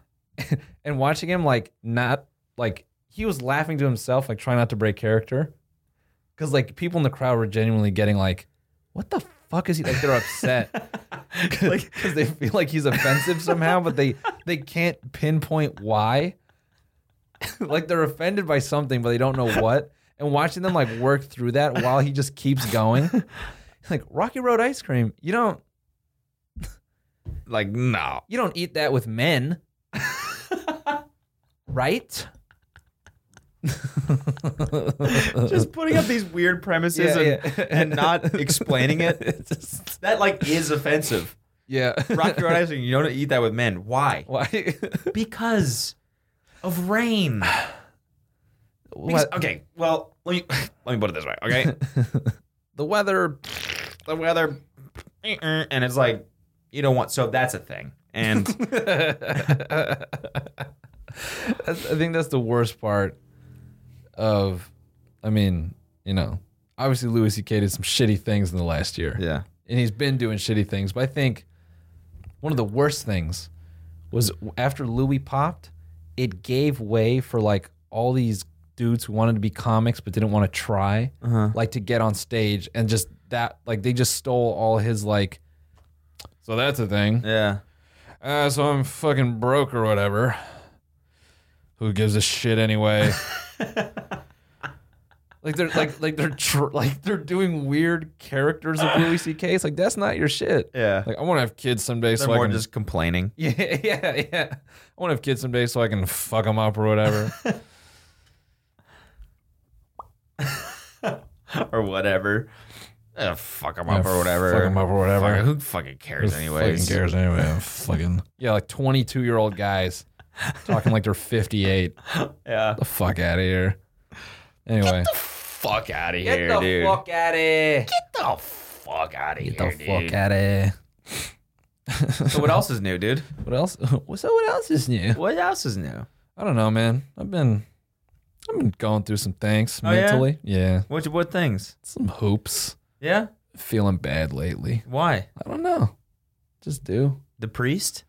and watching him like not like he was laughing to himself like trying not to break character because like people in the crowd were genuinely getting like what the fuck is he like they're upset because they feel like he's offensive somehow but they they can't pinpoint why like they're offended by something but they don't know what and watching them like work through that while he just keeps going like rocky road ice cream you don't
Like, no.
you don't eat that with men. right?
Just putting up these weird premises
Yeah,
and,
yeah.
and not explaining it.
It's just-
That like is offensive.
yeah.
Rocky Road Ice Cream, you don't eat that with men. Why?
Why?
Because of rain. Because-
What?
okay, well, let me let me put it this way, okay?
The weather.
the weather eh-eh, and it's like you don't want so that's a thing. And
That's- I think that's the worst part of, I mean, you know, obviously Louis C.K. did some shitty things in the last year.
yeah.
and he's been doing shitty things. But I think one of the worst things was after Louis popped, it gave way for like all these dudes who wanted to be comics but didn't want to try, like to get on stage and just that, like they just stole all his like. So that's a thing.
Yeah.
Uh, so I'm fucking broke or whatever. Who gives a shit anyway? like they're like like they're tr- like they're doing weird characters of Louis C.K. It's like that's not your shit.
Yeah.
Like I want to have kids someday
They're
so I
more
can
just complaining.
yeah yeah yeah. I want to have kids someday so I can fuck them up or whatever.
or whatever. Eh, fuck them up or whatever.
fuck 'em up or whatever.
Fuck, who fucking cares anyways?
Fucking cares anyway. I'm fucking yeah, like 22 year old guys talking like they're 58.
Yeah.
The fuck out of here. Anyway,
Fuck out of here, dude.
out of here.
Get the fuck out of here,
the
dude.
fuck out of here.
So what else is new, dude?
What else? So what else is new?
What else is new?
I don't know, man. I've been, I've been going through some things
Oh, yeah?
mentally. Yeah?
What what things?
some hoops.
Yeah.
Feeling bad lately.
Why?
I don't know. Just do.
The priest?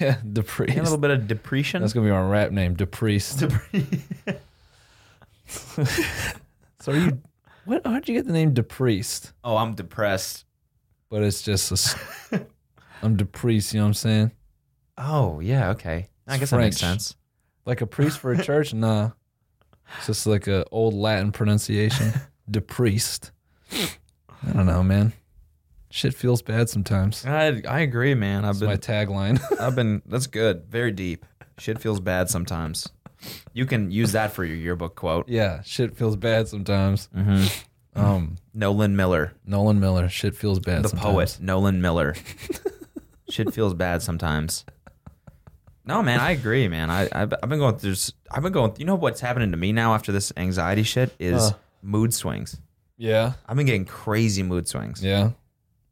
Yeah, the priest.
A little bit of depression.
That's gonna be my rap name, the priest. so are you? What? How'd you get the name the priest?
oh, I'm depressed.
But it's just a. s- I'm the priest. You know what I'm saying?
Oh yeah, okay. I
It's
guess that makes
French.
sense.
Like a priest for a church? Nah. It's just like a old Latin pronunciation. De priest. I don't know, man. Shit feels bad sometimes.
I I agree, man. I've
That's my
been
tagline.
I've been that's good. Very deep. Shit feels bad sometimes. You can use that for your yearbook quote.
yeah, shit feels bad sometimes.
Mm-hmm.
Um,
Nolan Miller,
Nolan Miller, shit feels bad
the
sometimes.
poet. Nolan Miller. Shit feels bad sometimes. No, man, I agree, man. I I've, I've been going through. s- I've been going. You know what's happening to me now after this anxiety shit is
Huh.
mood swings.
Yeah.
I've been getting crazy mood swings.
Yeah.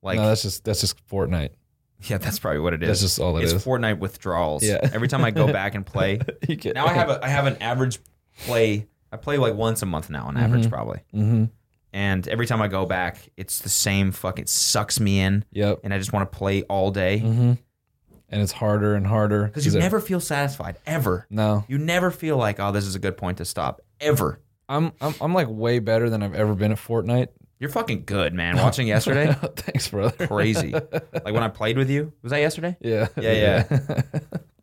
Like
no, that's just that's just Fortnite.
Yeah, that's probably what it is.
That's just all it
it's
is.
Fortnite withdrawals.
Yeah.
Every time I go back and play,
You get-
now I have a I have an average play. I play like once a month now on average probably.
Mhm.
And every time I go back, it's the same fuck. It sucks me in,
Yep.
and I just want to play all day because
And it's harder and harder. Is
you
it-
never feel satisfied ever.
No.
You never feel like oh, this is a good point to stop ever.
I'm I'm I'm like way better than I've ever been at Fortnite.
You're fucking good, man. Watching yesterday,
Thanks, brother.
crazy. Like when I played with you, was that yesterday?
Yeah.
Yeah, yeah.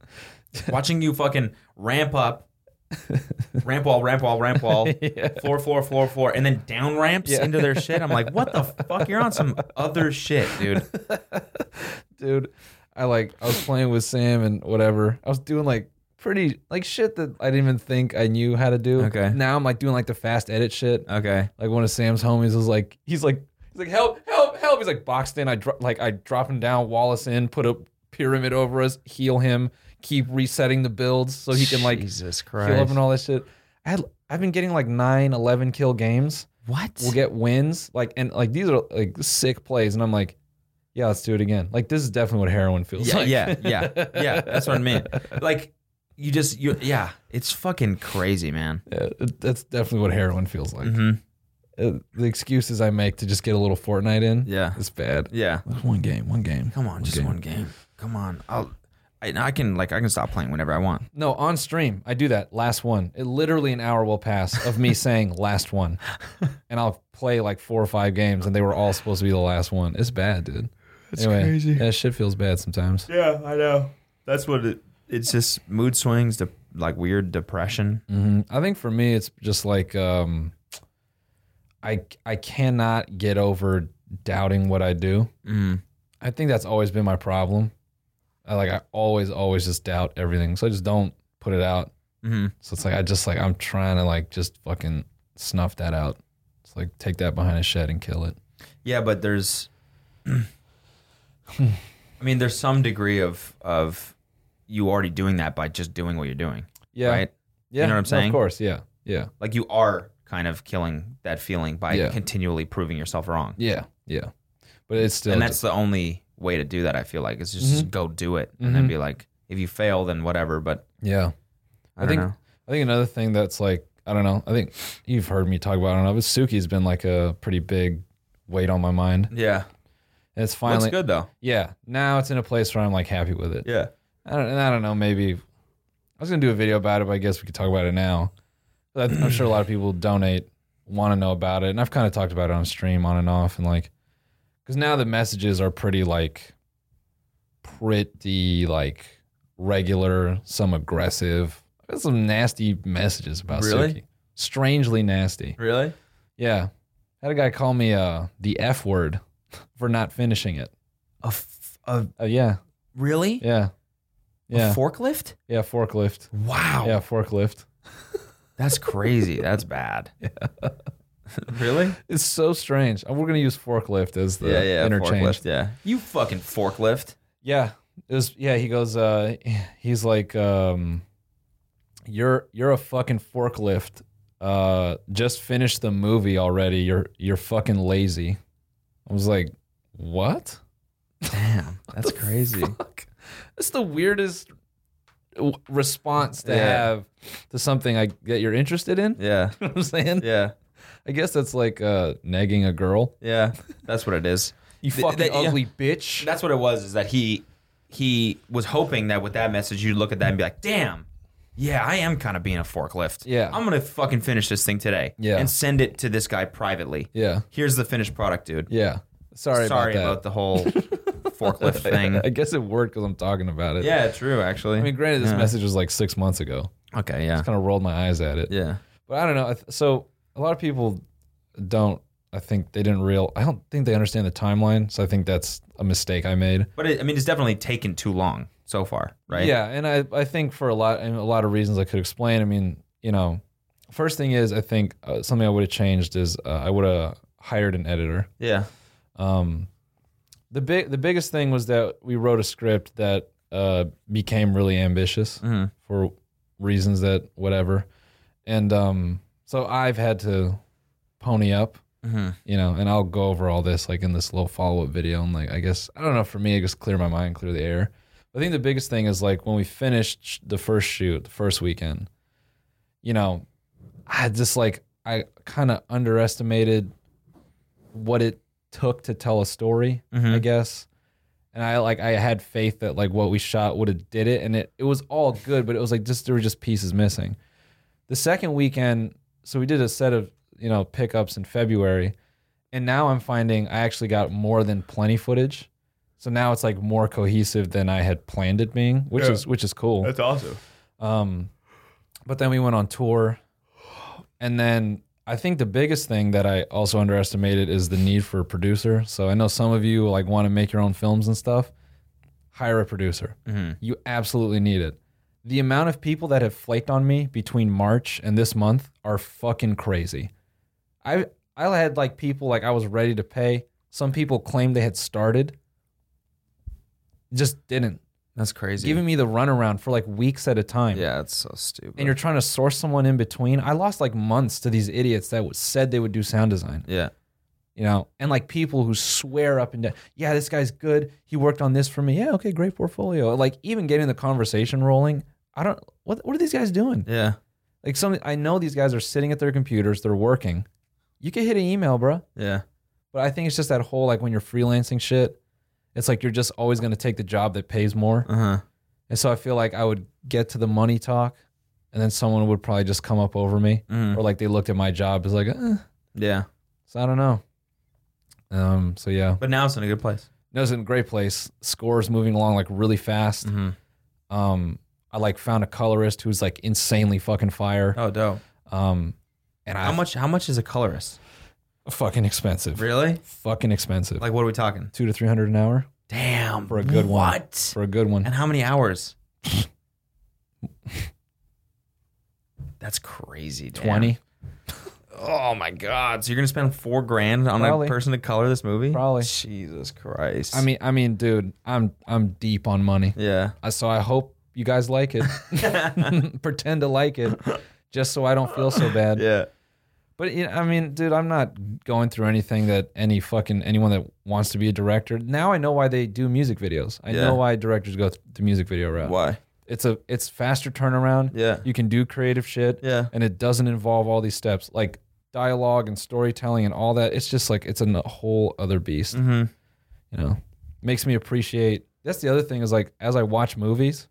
Watching you fucking ramp up, ramp wall, ramp wall, ramp wall, floor, floor, floor, floor, and then down ramps into their shit. I'm like, what the fuck? You're on some other shit, dude.
dude. I like I was playing with Sam and whatever. I was doing like pretty like shit that I didn't even think I knew how to do.
Okay.
Now I'm like doing like the fast edit shit.
Okay.
Like one of Sam's homies was like, he's like, he's like, help, help, help. He's like boxed in. I dro- like I drop him down, Wallace in, put a pyramid over us, heal him, keep resetting the builds so he can like
Jesus
heal up and all that shit. I had, I've been getting like nine, 11 kill games.
What?
We'll get wins. Like and like these are like sick plays, and I'm like, yeah, let's do it again. Like this is definitely what heroin feels
yeah,
like.
yeah, yeah, yeah. That's what I mean. Like you just you yeah, it's fucking crazy, man.
Yeah, it- that's definitely what heroin feels like.
Mm-hmm.
Uh, the excuses I make to just get a little Fortnite in,
Yeah.
it's bad.
Yeah.
One game, one game.
Come on, just
game.
one game. Come on. I'll I, I can like I can stop playing whenever I want.
No, on stream, I do that. Last one. It literally an hour will pass of me saying last one. And I'll play like four or five games and they were all supposed to be the last one. It's bad, dude. That's
crazy.
Yeah, shit feels bad sometimes.
Yeah, I know. That's what it it's just mood swings, de- like weird depression.
hmm I think for me it's just like um I I cannot get over doubting what I do.
Mm.
I think that's always been my problem. I like I always always just doubt everything. So I just don't put it out.
hmm
So it's like I just like I'm trying to like just fucking snuff that out. It's like take that behind a shed and kill it.
Yeah, but there's I mean, there's some degree of of you already doing that by just doing what you're doing,
Yeah.
right?
Yeah.
know what I'm
No,
saying?
Of course. Yeah. Yeah.
Like you are kind of killing that feeling by
Yeah.
continually proving yourself wrong.
Yeah. Yeah. But it's still
and that's the only way to do that. I feel like is just go do it and then be like, if you fail, then whatever. But
yeah.
I, don't
think-
know.
I think another thing that's like I don't know. I think you've heard me talk about. it, I don't know. But Suki's been like a pretty big weight on my mind,
Yeah,
and it's
looks
finally
good though.
yeah. Now it's in a place where I'm like happy with it.
Yeah,
I don't. And I don't know. Maybe I was gonna do a video about it, but I guess we could talk about it now. But I'm sure a lot of people donate, want to know about it, and I've kind of talked about it on stream, on and off, and like, because now the messages are pretty like, pretty like regular, some aggressive, There's some nasty messages about
Really?
Suki. Strangely nasty.
really?
Yeah, had a guy call me uh the f word for not finishing it.
A, f- a
Oh yeah,
really?
yeah, yeah,
A forklift?
yeah. Forklift.
Wow,
Yeah, forklift.
that's crazy. that's bad. really?
It's so strange. And We're gonna use forklift as the
yeah, yeah.
interchange.
Forklift. Yeah, you fucking forklift.
Yeah. It was yeah, he goes, uh he's like, um You're you're a fucking forklift. Uh just finished the movie already. You're you're fucking lazy. I was like, What?
Damn, that's crazy.
Fuck. That's the weirdest w- response to
Yeah.
have to something I that you're interested in.
Yeah,
You know what I'm saying?
yeah,
I guess that's like uh negging a girl.
yeah. That's what it is.
You
Th-
fucking
that- yeah.
ugly bitch.
That's what it was. Is that he he was hoping that with that message you'd look at that and be like, damn, yeah, I am kind of being a forklift.
Yeah.
I'm gonna fucking finish this thing today.
Yeah.
and send it to this guy privately.
Yeah.
Here's the finished product, dude.
Yeah. Sorry,
Sorry
about that.
about, the whole forklift thing.
I guess it worked because I'm talking about it.
Yeah, true. Actually,
I mean, granted, this message was like six months ago.
okay, yeah,
Kind of rolled my eyes at it.
yeah,
But I don't know. I th- So a lot of people don't. I think they didn't real. I don't think they understand the timeline. So I think that's a mistake I made.
but it, I mean, it's definitely taken too long so far, right?
Yeah, and I I think for a lot and a lot of reasons I could explain. I mean, you know, first thing is I think uh, something I would have changed is uh, I would have hired an editor.
yeah,
Um, the big the biggest thing was that we wrote a script that uh, became really ambitious
Mhm.
for reasons that whatever, and um, so I've had to pony up,
Mhm.
you know, and I'll go over all this like in this little follow up video and like I guess I don't know for me I just clear my mind, clear the air. I think the biggest thing is like when we finished sh- the first shoot, the first weekend, you know, I just like I kind of underestimated what it took to tell a story, I guess. And I like I had faith that like what we shot would have did it, and it it was all good, but it was like just there were just pieces missing. The second weekend, so we did a set of you know pickups in February, and now I'm finding I actually got more than plenty footage. So now it's like more cohesive than I had planned it being, which is which is cool.
awesome.
Um, but then we went on tour, and then I think the biggest thing that I also underestimated is the need for a producer. So I know some of you like want to make your own films and stuff. hire a producer. You absolutely need it. The amount of people that have flaked on me between March and this month are fucking crazy. I I had like people like I was ready to pay. Some people claimed they had started, just didn't
That's crazy.
giving me the runaround for like weeks at a time.
yeah, it's so stupid.
And you're trying to source someone in between. I lost like months to these idiots that w- said they would do sound design
yeah.
you know, and like people who swear up and down, yeah, this guy's good. He worked on this for me. Yeah, okay, great portfolio. Like even getting the conversation rolling, I don't. What what are these guys doing?
Yeah.
Like some, I know these guys are sitting at their computers, they're working. You can hit an email, bro.
Yeah.
But I think it's just that whole like when you're freelancing shit, it's like you're just always gonna take the job that pays more.
Uh huh.
And so I feel like I would get to the money talk, and then someone would probably just come up over me,
Mhm.
or like they looked at my job as like, eh.
Yeah.
so I don't know. Um. So yeah.
But now it's in a good place.
No, it's in a great place. Scores moving along like really fast.
Mhm.
Um, I like found a colorist who's like insanely fucking fire.
Oh, dope.
Um, and I
How much? How much is a colorist?
fucking expensive,
Really?
fucking expensive, like
Like, what are we talking?
two to three hundred an hour
Damn.
For a good one.
What?
for a good one.
And how many hours? That's crazy. damn.
Twenty,
Oh my god! So you're gonna spend four grand on
Probably.
a person to color this movie?
Probably.
Jesus Christ.
I mean, I mean, dude, I'm I'm deep on money,
yeah.
Uh, so I hope you guys like it. Pretend to like it, just so I don't feel so bad.
Yeah.
But you know, I mean, dude, I'm not going through anything that any fucking anyone that wants to be a director. Now I know why they do music videos. I
Yeah.
know why directors go th- the music video route.
Why?
It's a it's faster turnaround.
Yeah.
You can do creative shit.
Yeah.
And it doesn't involve all these steps like dialogue and storytelling and all that. It's just like it's an- a whole other beast.
Mm-hmm.
You know, makes me appreciate. That's the other thing is like as I watch movies,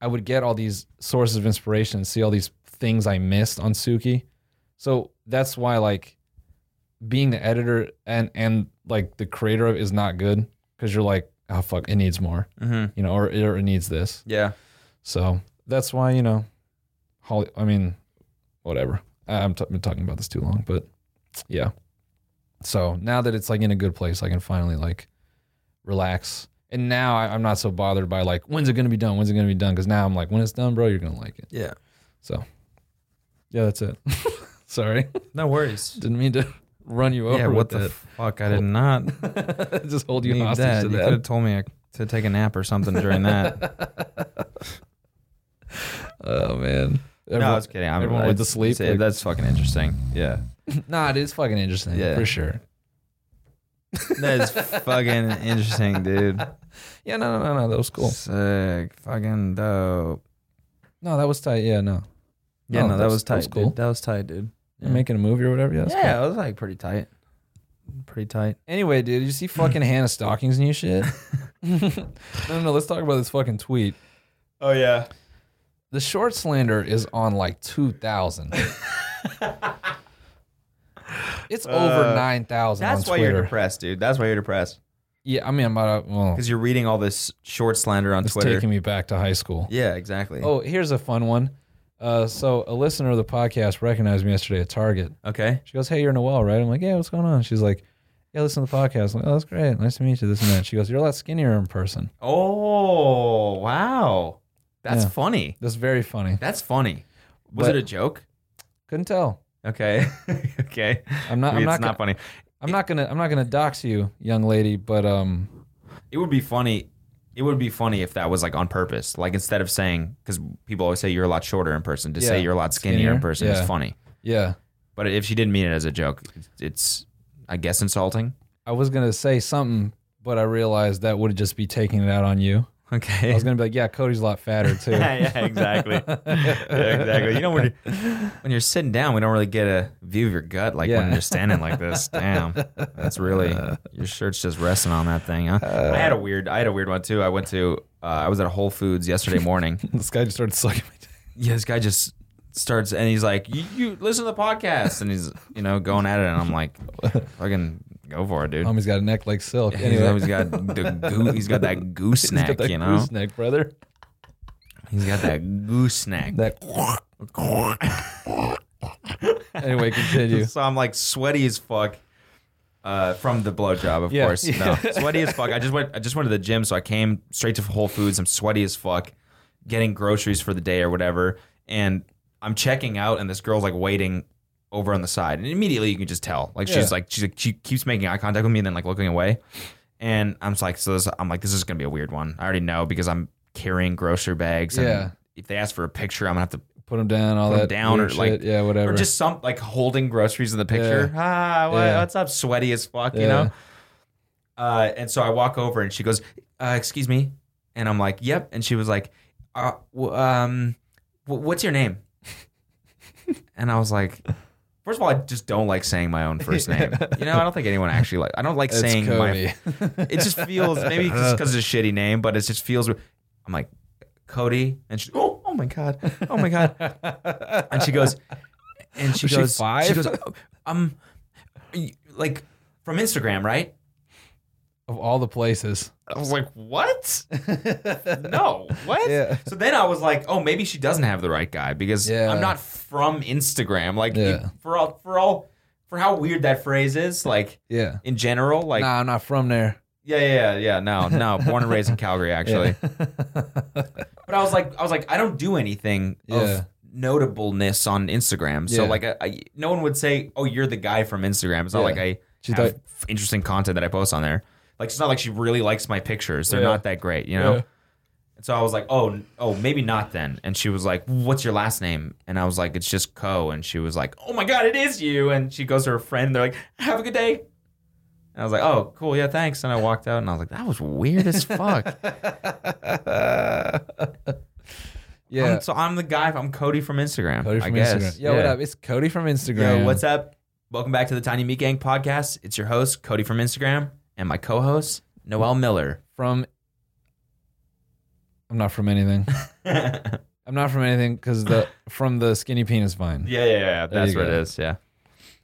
I would get all these sources of inspiration and see all these things I missed on Suki. So that's why like being the editor and and like the creator of it is not good because you're like, oh fuck, it needs more,
Mm-hmm.
you know, or, or it needs this.
Yeah.
So that's why you know, Holly. I mean, whatever. I- I'm t- been talking about this too long, but yeah. So now that it's like in a good place, I can finally like relax. And now I, I'm not so bothered by like when's it gonna be done? When's it gonna be done? Because now I'm like, when it's done, bro, you're gonna like it.
Yeah.
So yeah, that's it. Sorry,
No worries.
didn't mean to run you over.
Yeah. What
with
the fuck? I did not
that. Just hold you
need
hostage
that.
to
You
that.
could have told me to take a nap or something during that.
Oh
no,
man.
I
Everyone-
was kidding. I'm,
everyone went to sleep.
That's, that's fucking interesting. Yeah.
nah, it is fucking interesting
Yeah.
for sure.
That is fucking interesting, dude.
Yeah, no, no, no, no. That was cool.
Sick. Fucking dope.
No, that was tight. Yeah, no.
Yeah,
Oh,
no, that
that's-
was tight.
that was
dude.
cool.
That was tight, dude. Yeah.
Making a movie or whatever. Yeah. that's
yeah,
cool.
it was like pretty tight. Pretty tight.
Anyway, dude, you see fucking Hannah Stockings new shit? no, no, no. Let's talk about this fucking tweet.
Oh yeah.
The short slander is on like 2,000. it's over 9,000
Uh, That's
on
why
Twitter.
you're depressed, dude. That's why you're depressed.
yeah, I mean, I'm about to, well,
Because you're reading all this short slander on
it's
Twitter.
taking me back to high school.
yeah, exactly.
Oh, here's a fun one. Uh, so a listener of the podcast recognized me yesterday at Target.
Okay.
She goes, Hey, you're Noel, right? I'm like, Yeah, what's going on? She's like, Yeah, listen to the podcast. I'm like, oh, that's great. Nice to meet you. This and that. She goes, You're a lot skinnier in person.
Oh wow. That's
Yeah.
funny.
That's very funny.
That's funny. Was
But-
it a joke?
Couldn't tell.
Okay. okay.
I'm not
Maybe
I'm
it's not
not, gonna,
funny.
I'm not gonna I'm not gonna dox you, young lady, but um
It would be funny. It would be funny if that was like on purpose. Like instead of saying, because people always say you're a lot shorter in person, to say
Yeah.
you're a lot skinnier, in
Skinnier?
person
Yeah.
is funny.
yeah.
But if she didn't mean it as a joke, it's, it's I guess, insulting.
I was gonna say something, but I realized that would just be taking it out on you.
Okay.
I was gonna be like, Yeah, Cody's a lot fatter too.
yeah, yeah, exactly. yeah, exactly. You know, when you're, when you're sitting down, we don't really get a view of your gut like when
Yeah.
you're standing like this. Damn, that's really your shirt's just resting on that thing. Huh? I had a weird, I had a weird one too. I went to, uh, I was at Whole Foods yesterday morning.
this guy just started sucking my dick.
yeah, this guy just starts and he's like, "You, you listen to the podcast," and he's you know going at it, and I'm like, "Fucking go for it, dude."
Homie's got a neck like silk.
He's
Um, Anyway,
always got the goo, he's got that
he's
gooseneck,
got that
you know.
gooseneck, brother.
He's got that gooseneck.
That anyway, continue.
So I'm like sweaty as fuck. Uh, from the blowjob, of
Yeah.
course. No, sweaty as fuck. I just went. I just went to the gym, so I came straight to Whole Foods. I'm sweaty as fuck, getting groceries for the day or whatever, and I'm checking out, and this girl's like waiting over on the side, and immediately you can just tell. Like
Yeah.
she's like she's like, she keeps making eye contact with me, and then like looking away, and I'm just like so this, I'm like this is gonna be a weird one. I already know because I'm carrying grocery bags. And
Yeah.
If they ask for a picture, I'm gonna have to
Put them down, all
Put 'em
that
down
weird
or, like-
shit. yeah, whatever.
or just some like holding groceries in the picture. Ah, what,
Yeah.
what's up? Sweaty as fuck, you
Yeah.
know. Uh, and so I walk over, and she goes, uh, "Excuse me," and I'm like, "Yep." And she was like, uh, w- "Um, w- what's your name?" and I was like, first of all, I just don't like saying my own first name. You know, I don't think anyone actually like. I don't like
It's
saying my.
Cody.
It just feels maybe it's just because it's a shitty name, but it just feels. I'm like, Cody, and she. Oh, oh my god, oh my god and she goes, and she
Was she
goes,
five?
goes, um, y- like from Instagram, right?
of all the places.
I was like, what? no, what?
Yeah.
So then I was like, oh, maybe she doesn't have the right guy because
Yeah.
I'm not from Instagram. Like
Yeah.
you- for all for all for how weird that phrase is, like
Yeah.
in general, like
nah, I'm not from there.
yeah, yeah, yeah, yeah, no, no, born and raised in Calgary, actually. But I was like, I was like, I don't do anything
Yeah.
of notableness on Instagram. So
Yeah.
like, I, I, no one would say, "Oh, you're the guy from Instagram." It's not
Yeah.
like I
She
have
thought-
f- interesting content that I post on there. Like, it's not like she really likes my pictures. They're
Yeah.
not that great, you know.
Yeah.
And so I was like, "Oh, n- oh, maybe not then." And she was like, "What's your last name?" And I was like, "It's just Co." And she was like, "Oh my god, it is you!" And she goes to her friend. They're like, "Have a good day." And I was like, "Oh, cool, yeah, thanks." And I walked out, and I was like, "That was weird as fuck."
yeah.
I'm- so I'm the guy. I'm Cody from Instagram.
Cody
I
from
guess.
Instagram. Yo, what up? It's Cody from Instagram.
Yo, what's up? Welcome back to the Tiny Meat Gang podcast. It's your host Cody from Instagram and my co-host Noel Miller.
From I'm not from anything.
yeah,
I'm not from anything because the from the skinny penis vine.
yeah, yeah. That's
you
what
go.
it is. Yeah,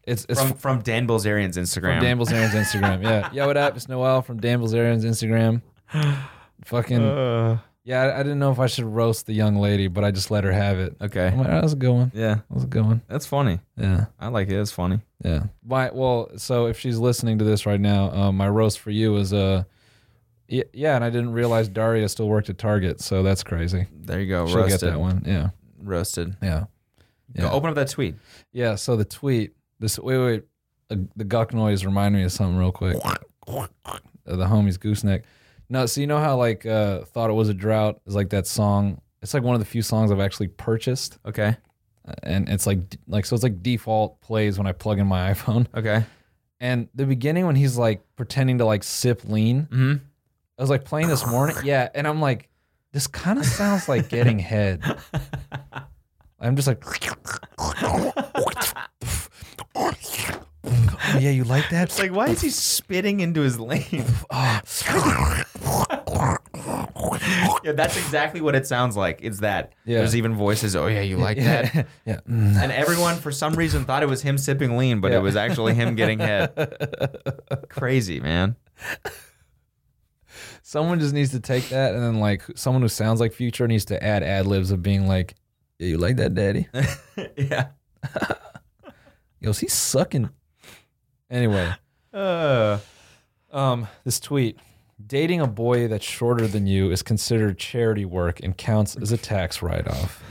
It's it's
from from Dan Bilzerian's Instagram.
From Dan Bilzerian's Instagram. Yeah. Yo, what up? It's Noel from Dan Bilzerian's Instagram. Fucking
Uh,
yeah, I, I didn't know if I should roast the young lady, but I just let her have it. I'm
okay.
like, oh, that's a good one.
Yeah,
That's a good one.
that's funny.
Yeah.
I like it. It's funny.
Yeah. Why? Well, so if she's listening to this right now, um, my roast for you is uh, y- yeah, and I didn't realize Daria still worked at Target, so that's crazy.
There you go.
She'll
roasted.
get that one. Yeah.
Roasted.
Yeah.
Go
Yeah.
open up that tweet.
Yeah. So the tweet. This wait wait. Uh, the guck noise reminded me of something real quick. Uh, the homie's gooseneck. No, so you know how like uh, thought it was a drought is like that song. It's like one of the few songs I've actually purchased,
Okay.
uh, and it's like d- like so it's like default plays when I plug in my iPhone.
Okay.
And the beginning when he's like pretending to like sip lean,
hmm
I was like playing this morning. Yeah, and I'm like, this kind of sounds like getting head. I'm just like, oh, yeah, you like that? ah.
Like, why is he spitting into his lane? yeah, that's exactly what it sounds like. It's that.
Yeah.
There's even voices. Oh yeah, you like that.
yeah, yeah. Mm.
And everyone, for some reason, thought it was him sipping lean, but
Yeah.
it was actually him getting head. Crazy, man.
Someone just needs to take that, and then like someone who sounds like Future needs to add ad libs of being like, yeah, you like that, Daddy?
yeah.
Yo, he's sucking. Anyway,
Uh,
um, this tweet. Dating a boy that's shorter than you is considered charity work and counts as a tax write off.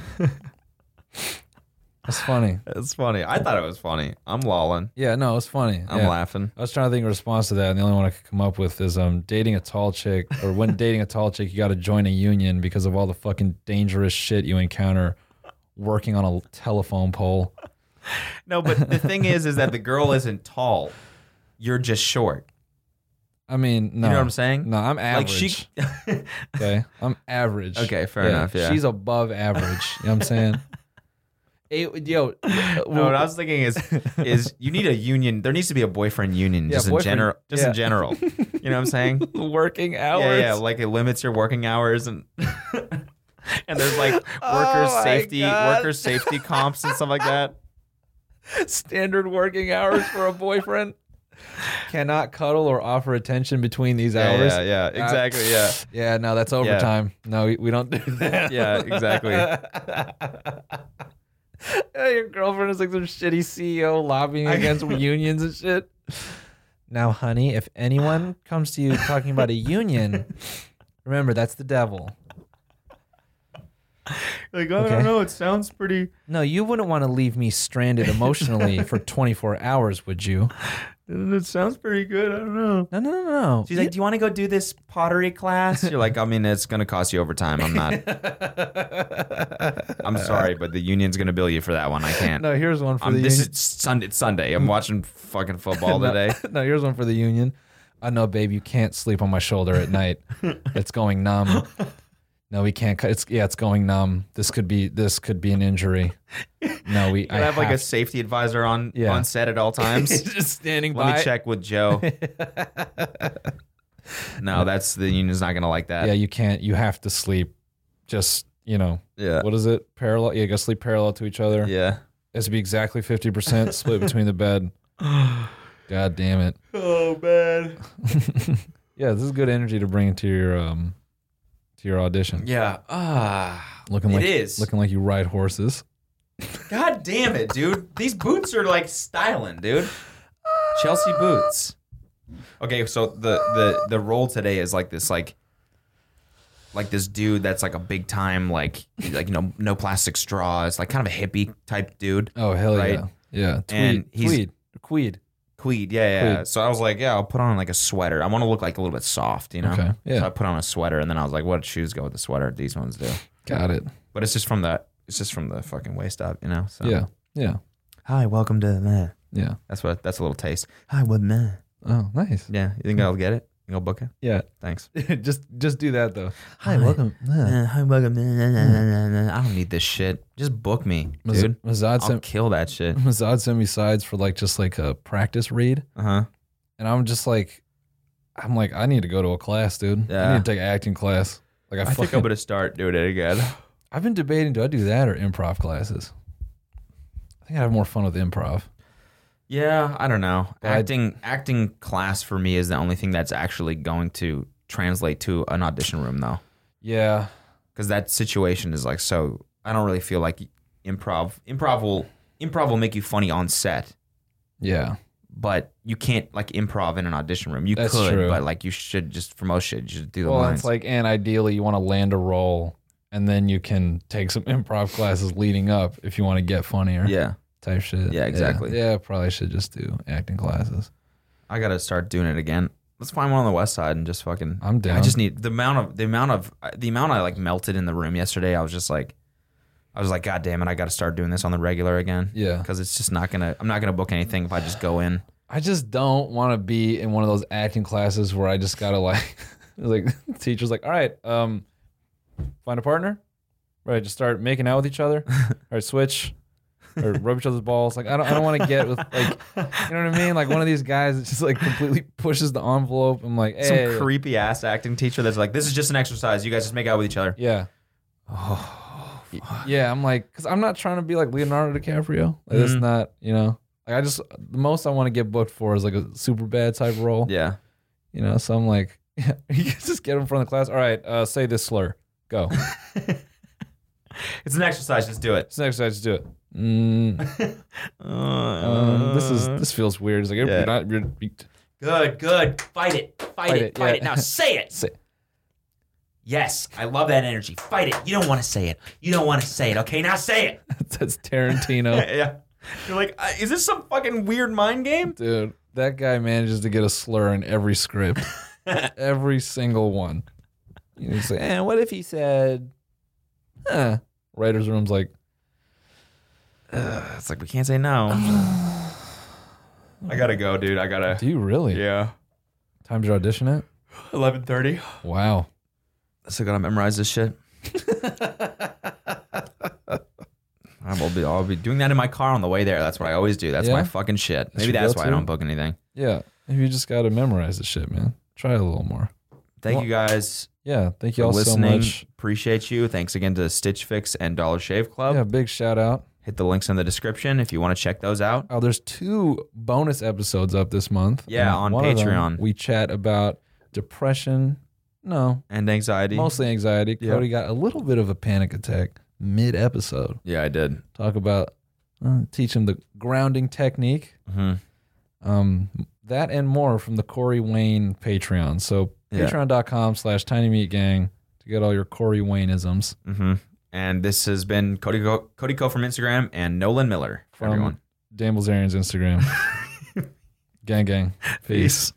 That's funny.
it's funny. I thought it was funny. I'm lolling.
Yeah, no, it's funny.
I'm
yeah.
laughing.
I was trying to think of a response to that, and the only one I could come up with is um, dating a tall chick, or when dating a tall chick, you got to join a union because of all the fucking dangerous shit you encounter working on a telephone pole.
No, but the thing is, is that the girl isn't tall. You're just short.
I mean, no,
You know what I'm saying?
No, I'm
Like
average.
she.
okay, I'm average.
Okay, fair enough, yeah.
she's above average. you know what I'm saying? It, yo,
No, what I was thinking is, is you need a union. There needs to be a boyfriend union,
Yeah,
just in
boyfriend-
general. Just
yeah.
in general, you know what I'm saying?
working hours.
Yeah, yeah, like it limits your working hours and and there's like worker
Oh my
safety
God.
worker safety comps and stuff like that.
standard working hours for a boyfriend. Cannot cuddle or offer attention between these hours.
Yeah, yeah, yeah, exactly, yeah.
Yeah, no, that's overtime. No, we, we don't do that.
Yeah, exactly.
E
Your girlfriend is like some shitty CEO lobbying against unions and shit.
Now, honey, if anyone comes to you talking about a union, remember that's the devil.
Like, I
Okay.
don't know. It sounds pretty.
No, you wouldn't want to leave me stranded emotionally for 24 hours, would you?
It sounds pretty good. I don't know.
No, no, no, no.
She's like, "Do you want to go do this pottery class?" You're like, "I mean, it's gonna cost you overtime. I'm not. I'm sorry, but the union's gonna bill you for that one. I can't.
No, here's one for
I'm,
the
this
union.
is Sunday. It's Sunday. I'm watching fucking football today.
no, here's one for the union. I know, babe, you can't sleep on my shoulder at night. it's going numb. No, we can't. cut- It's yeah, it's going numb. This could be this could be an injury. No, we.
I
I
have, like a
to-
safety advisor on
Yeah.
on set at all times.
just standing
Let me check with Joe. no, that's the union's not gonna like that.
Yeah, you can't. You have to sleep. Just you know,
yeah,
what is it? Parallel. Yeah, you gotta sleep parallel to each other.
yeah.
It has to be exactly fifty percent split between the bed. God damn it.
Oh man.
Yeah, this is good energy to bring into your um to your audition.
Yeah. Ah.
Looking like
it is.
looking like you ride horses.
God damn it, dude. These boots are like styling, dude. Chelsea boots. Okay, so the the the role today is like this like like this dude that's like a big time like like you know no plastic straws, like kind of a hippie type dude.
Oh hell
Right.
yeah. Yeah. Tweed.
And he's-
tweed. Tweed.
Tweed, yeah, yeah.
Tweed.
So I was like, yeah, I'll put on like a sweater. I want to look like a little bit soft, you know.
Okay, yeah.
So I put on a sweater, and then I was like, what shoes go with the sweater? These ones do.
Got it.
But it's just from the it's just from the fucking waist up, you know. So
Yeah. Yeah.
Hi, welcome to man.
Yeah.
That's what that's a little taste. Hi, what man.
Oh, nice.
Yeah, you think I'll get it? You think I'll book it?
Yeah.
Thanks.
just just do that though.
Hi,
welcome.
Hmm.
Uh, hi, welcome. Uh, I don't need this shit. Just book me,
Maz-
dude.
Mazad
I'll
sent
kill that shit.
Mazad sent me sides for like just like a practice read.
Uh huh.
And I'm just like I'm like, I need to go to a class, dude. I
Yeah.
need to take an acting class. Like I,
I
fucking,
think I'm gonna start doing it again.
I've been debating do I do that or improv classes? I think I have more fun with improv.
Yeah, I don't know.
I-
Acting acting class for me is the only thing that's actually going to translate to an audition room though,
Yeah.
because that situation is like so. I don't really feel like improv. Improv will improv will make you funny on set,
Yeah.
but you can't like improv in an audition room. You
That's
could,
true.
but like you should just for most shit, you should do the
Well,
lines.
it's like, and ideally, you want to land a role, and then you can take some improv classes leading up if you want to get funnier.
yeah.
Type shit.
Yeah, exactly.
Yeah, probably should just do acting classes.
I gotta start doing it again. Let's find one on the west side and just fucking.
I'm down.
I just need the amount of the amount of the amount I like melted in the room yesterday. I was just like, I was like, God damn it! I gotta start doing this on the regular again.
Yeah.
because it's just not gonna. I'm not gonna book anything if I just go in.
I just don't want to be in one of those acting classes where I just gotta like, like teachers like, all right, um, find a partner, right? Just start making out with each other, all right? Switch, or rub each other's balls. Like I don't, I don't want to get with like, you know what I mean? Like one of these guys that just like completely pushes the envelope. I'm like,
Some
hey,
creepy ass acting teacher that's like, this is just an exercise. You guys just make out with each other.
yeah. Y- Yeah, I'm like, because I'm not trying to be like Leonardo DiCaprio. Like, That's
Mhm.
not, you know, like I just, the most I want to get booked for is like a super bad type role.
Yeah,
You know, so I'm like, yeah, you can just get in front of the class. All right, uh, say this slur. Go.
it's an exercise. Just do it.
It's an exercise. Do it. Mm, um, this is this feels weird. It's like
Uh-huh. Yeah.
you're not. You're, you-
good. Good. Fight it. Fight, it.
Fight it,
Fight
yeah.
it. Now say it.
say,
Yes, I love that energy. Fight it. You don't want to say it. You don't want to say it. Okay, now say it.
that's Tarantino,
yeah. You're like, "Uh, is this some fucking weird mind game?
dude. That guy manages to get a slur in every script, every single one. You know, it's like, and what if he said? Huh. Writers' room's like,
It's like we can't say no. I gotta go, dude. I gotta.
do you really?
Yeah.
Time to audition it.
Eleven thirty.
Wow.
I still gotta memorize this shit. I will be. I'll be doing that in my car on the way there. That's what I always do. That's my
Yeah?
fucking shit. Maybe
your
that's why I
go-to?
don't book anything.
Yeah. You just got to memorize the shit, man. Try a little more.
Thank
Well,
you guys
Yeah, thank you
for
all so
listening.
much.
Appreciate you. Thanks again to Stitch Fix and Dollar Shave Club.
Yeah, big shout out.
Hit the links in the description if you want to check those out.
Oh, there's two bonus episodes up this month.
Yeah,
And
on
one of them,
Patreon.
we chat about depression. No,
And anxiety.
mostly anxiety.
Yeah.
Cody got a little bit of a panic attack mid episode.
yeah, I did. Mm-hmm.
Talk about uh, teach him the grounding technique.
Mhm.
Um, that and more from the Corey Wayne Patreon. So
Yeah.
patreon.com slash tiny meat gang to get all your Corey Wayneisms
Mm-hmm. And this has been Cody Co- Cody Co from Instagram and Nolan Miller. for
from
everyone.
Dan Bilzerian's Instagram. gang gang. Peace.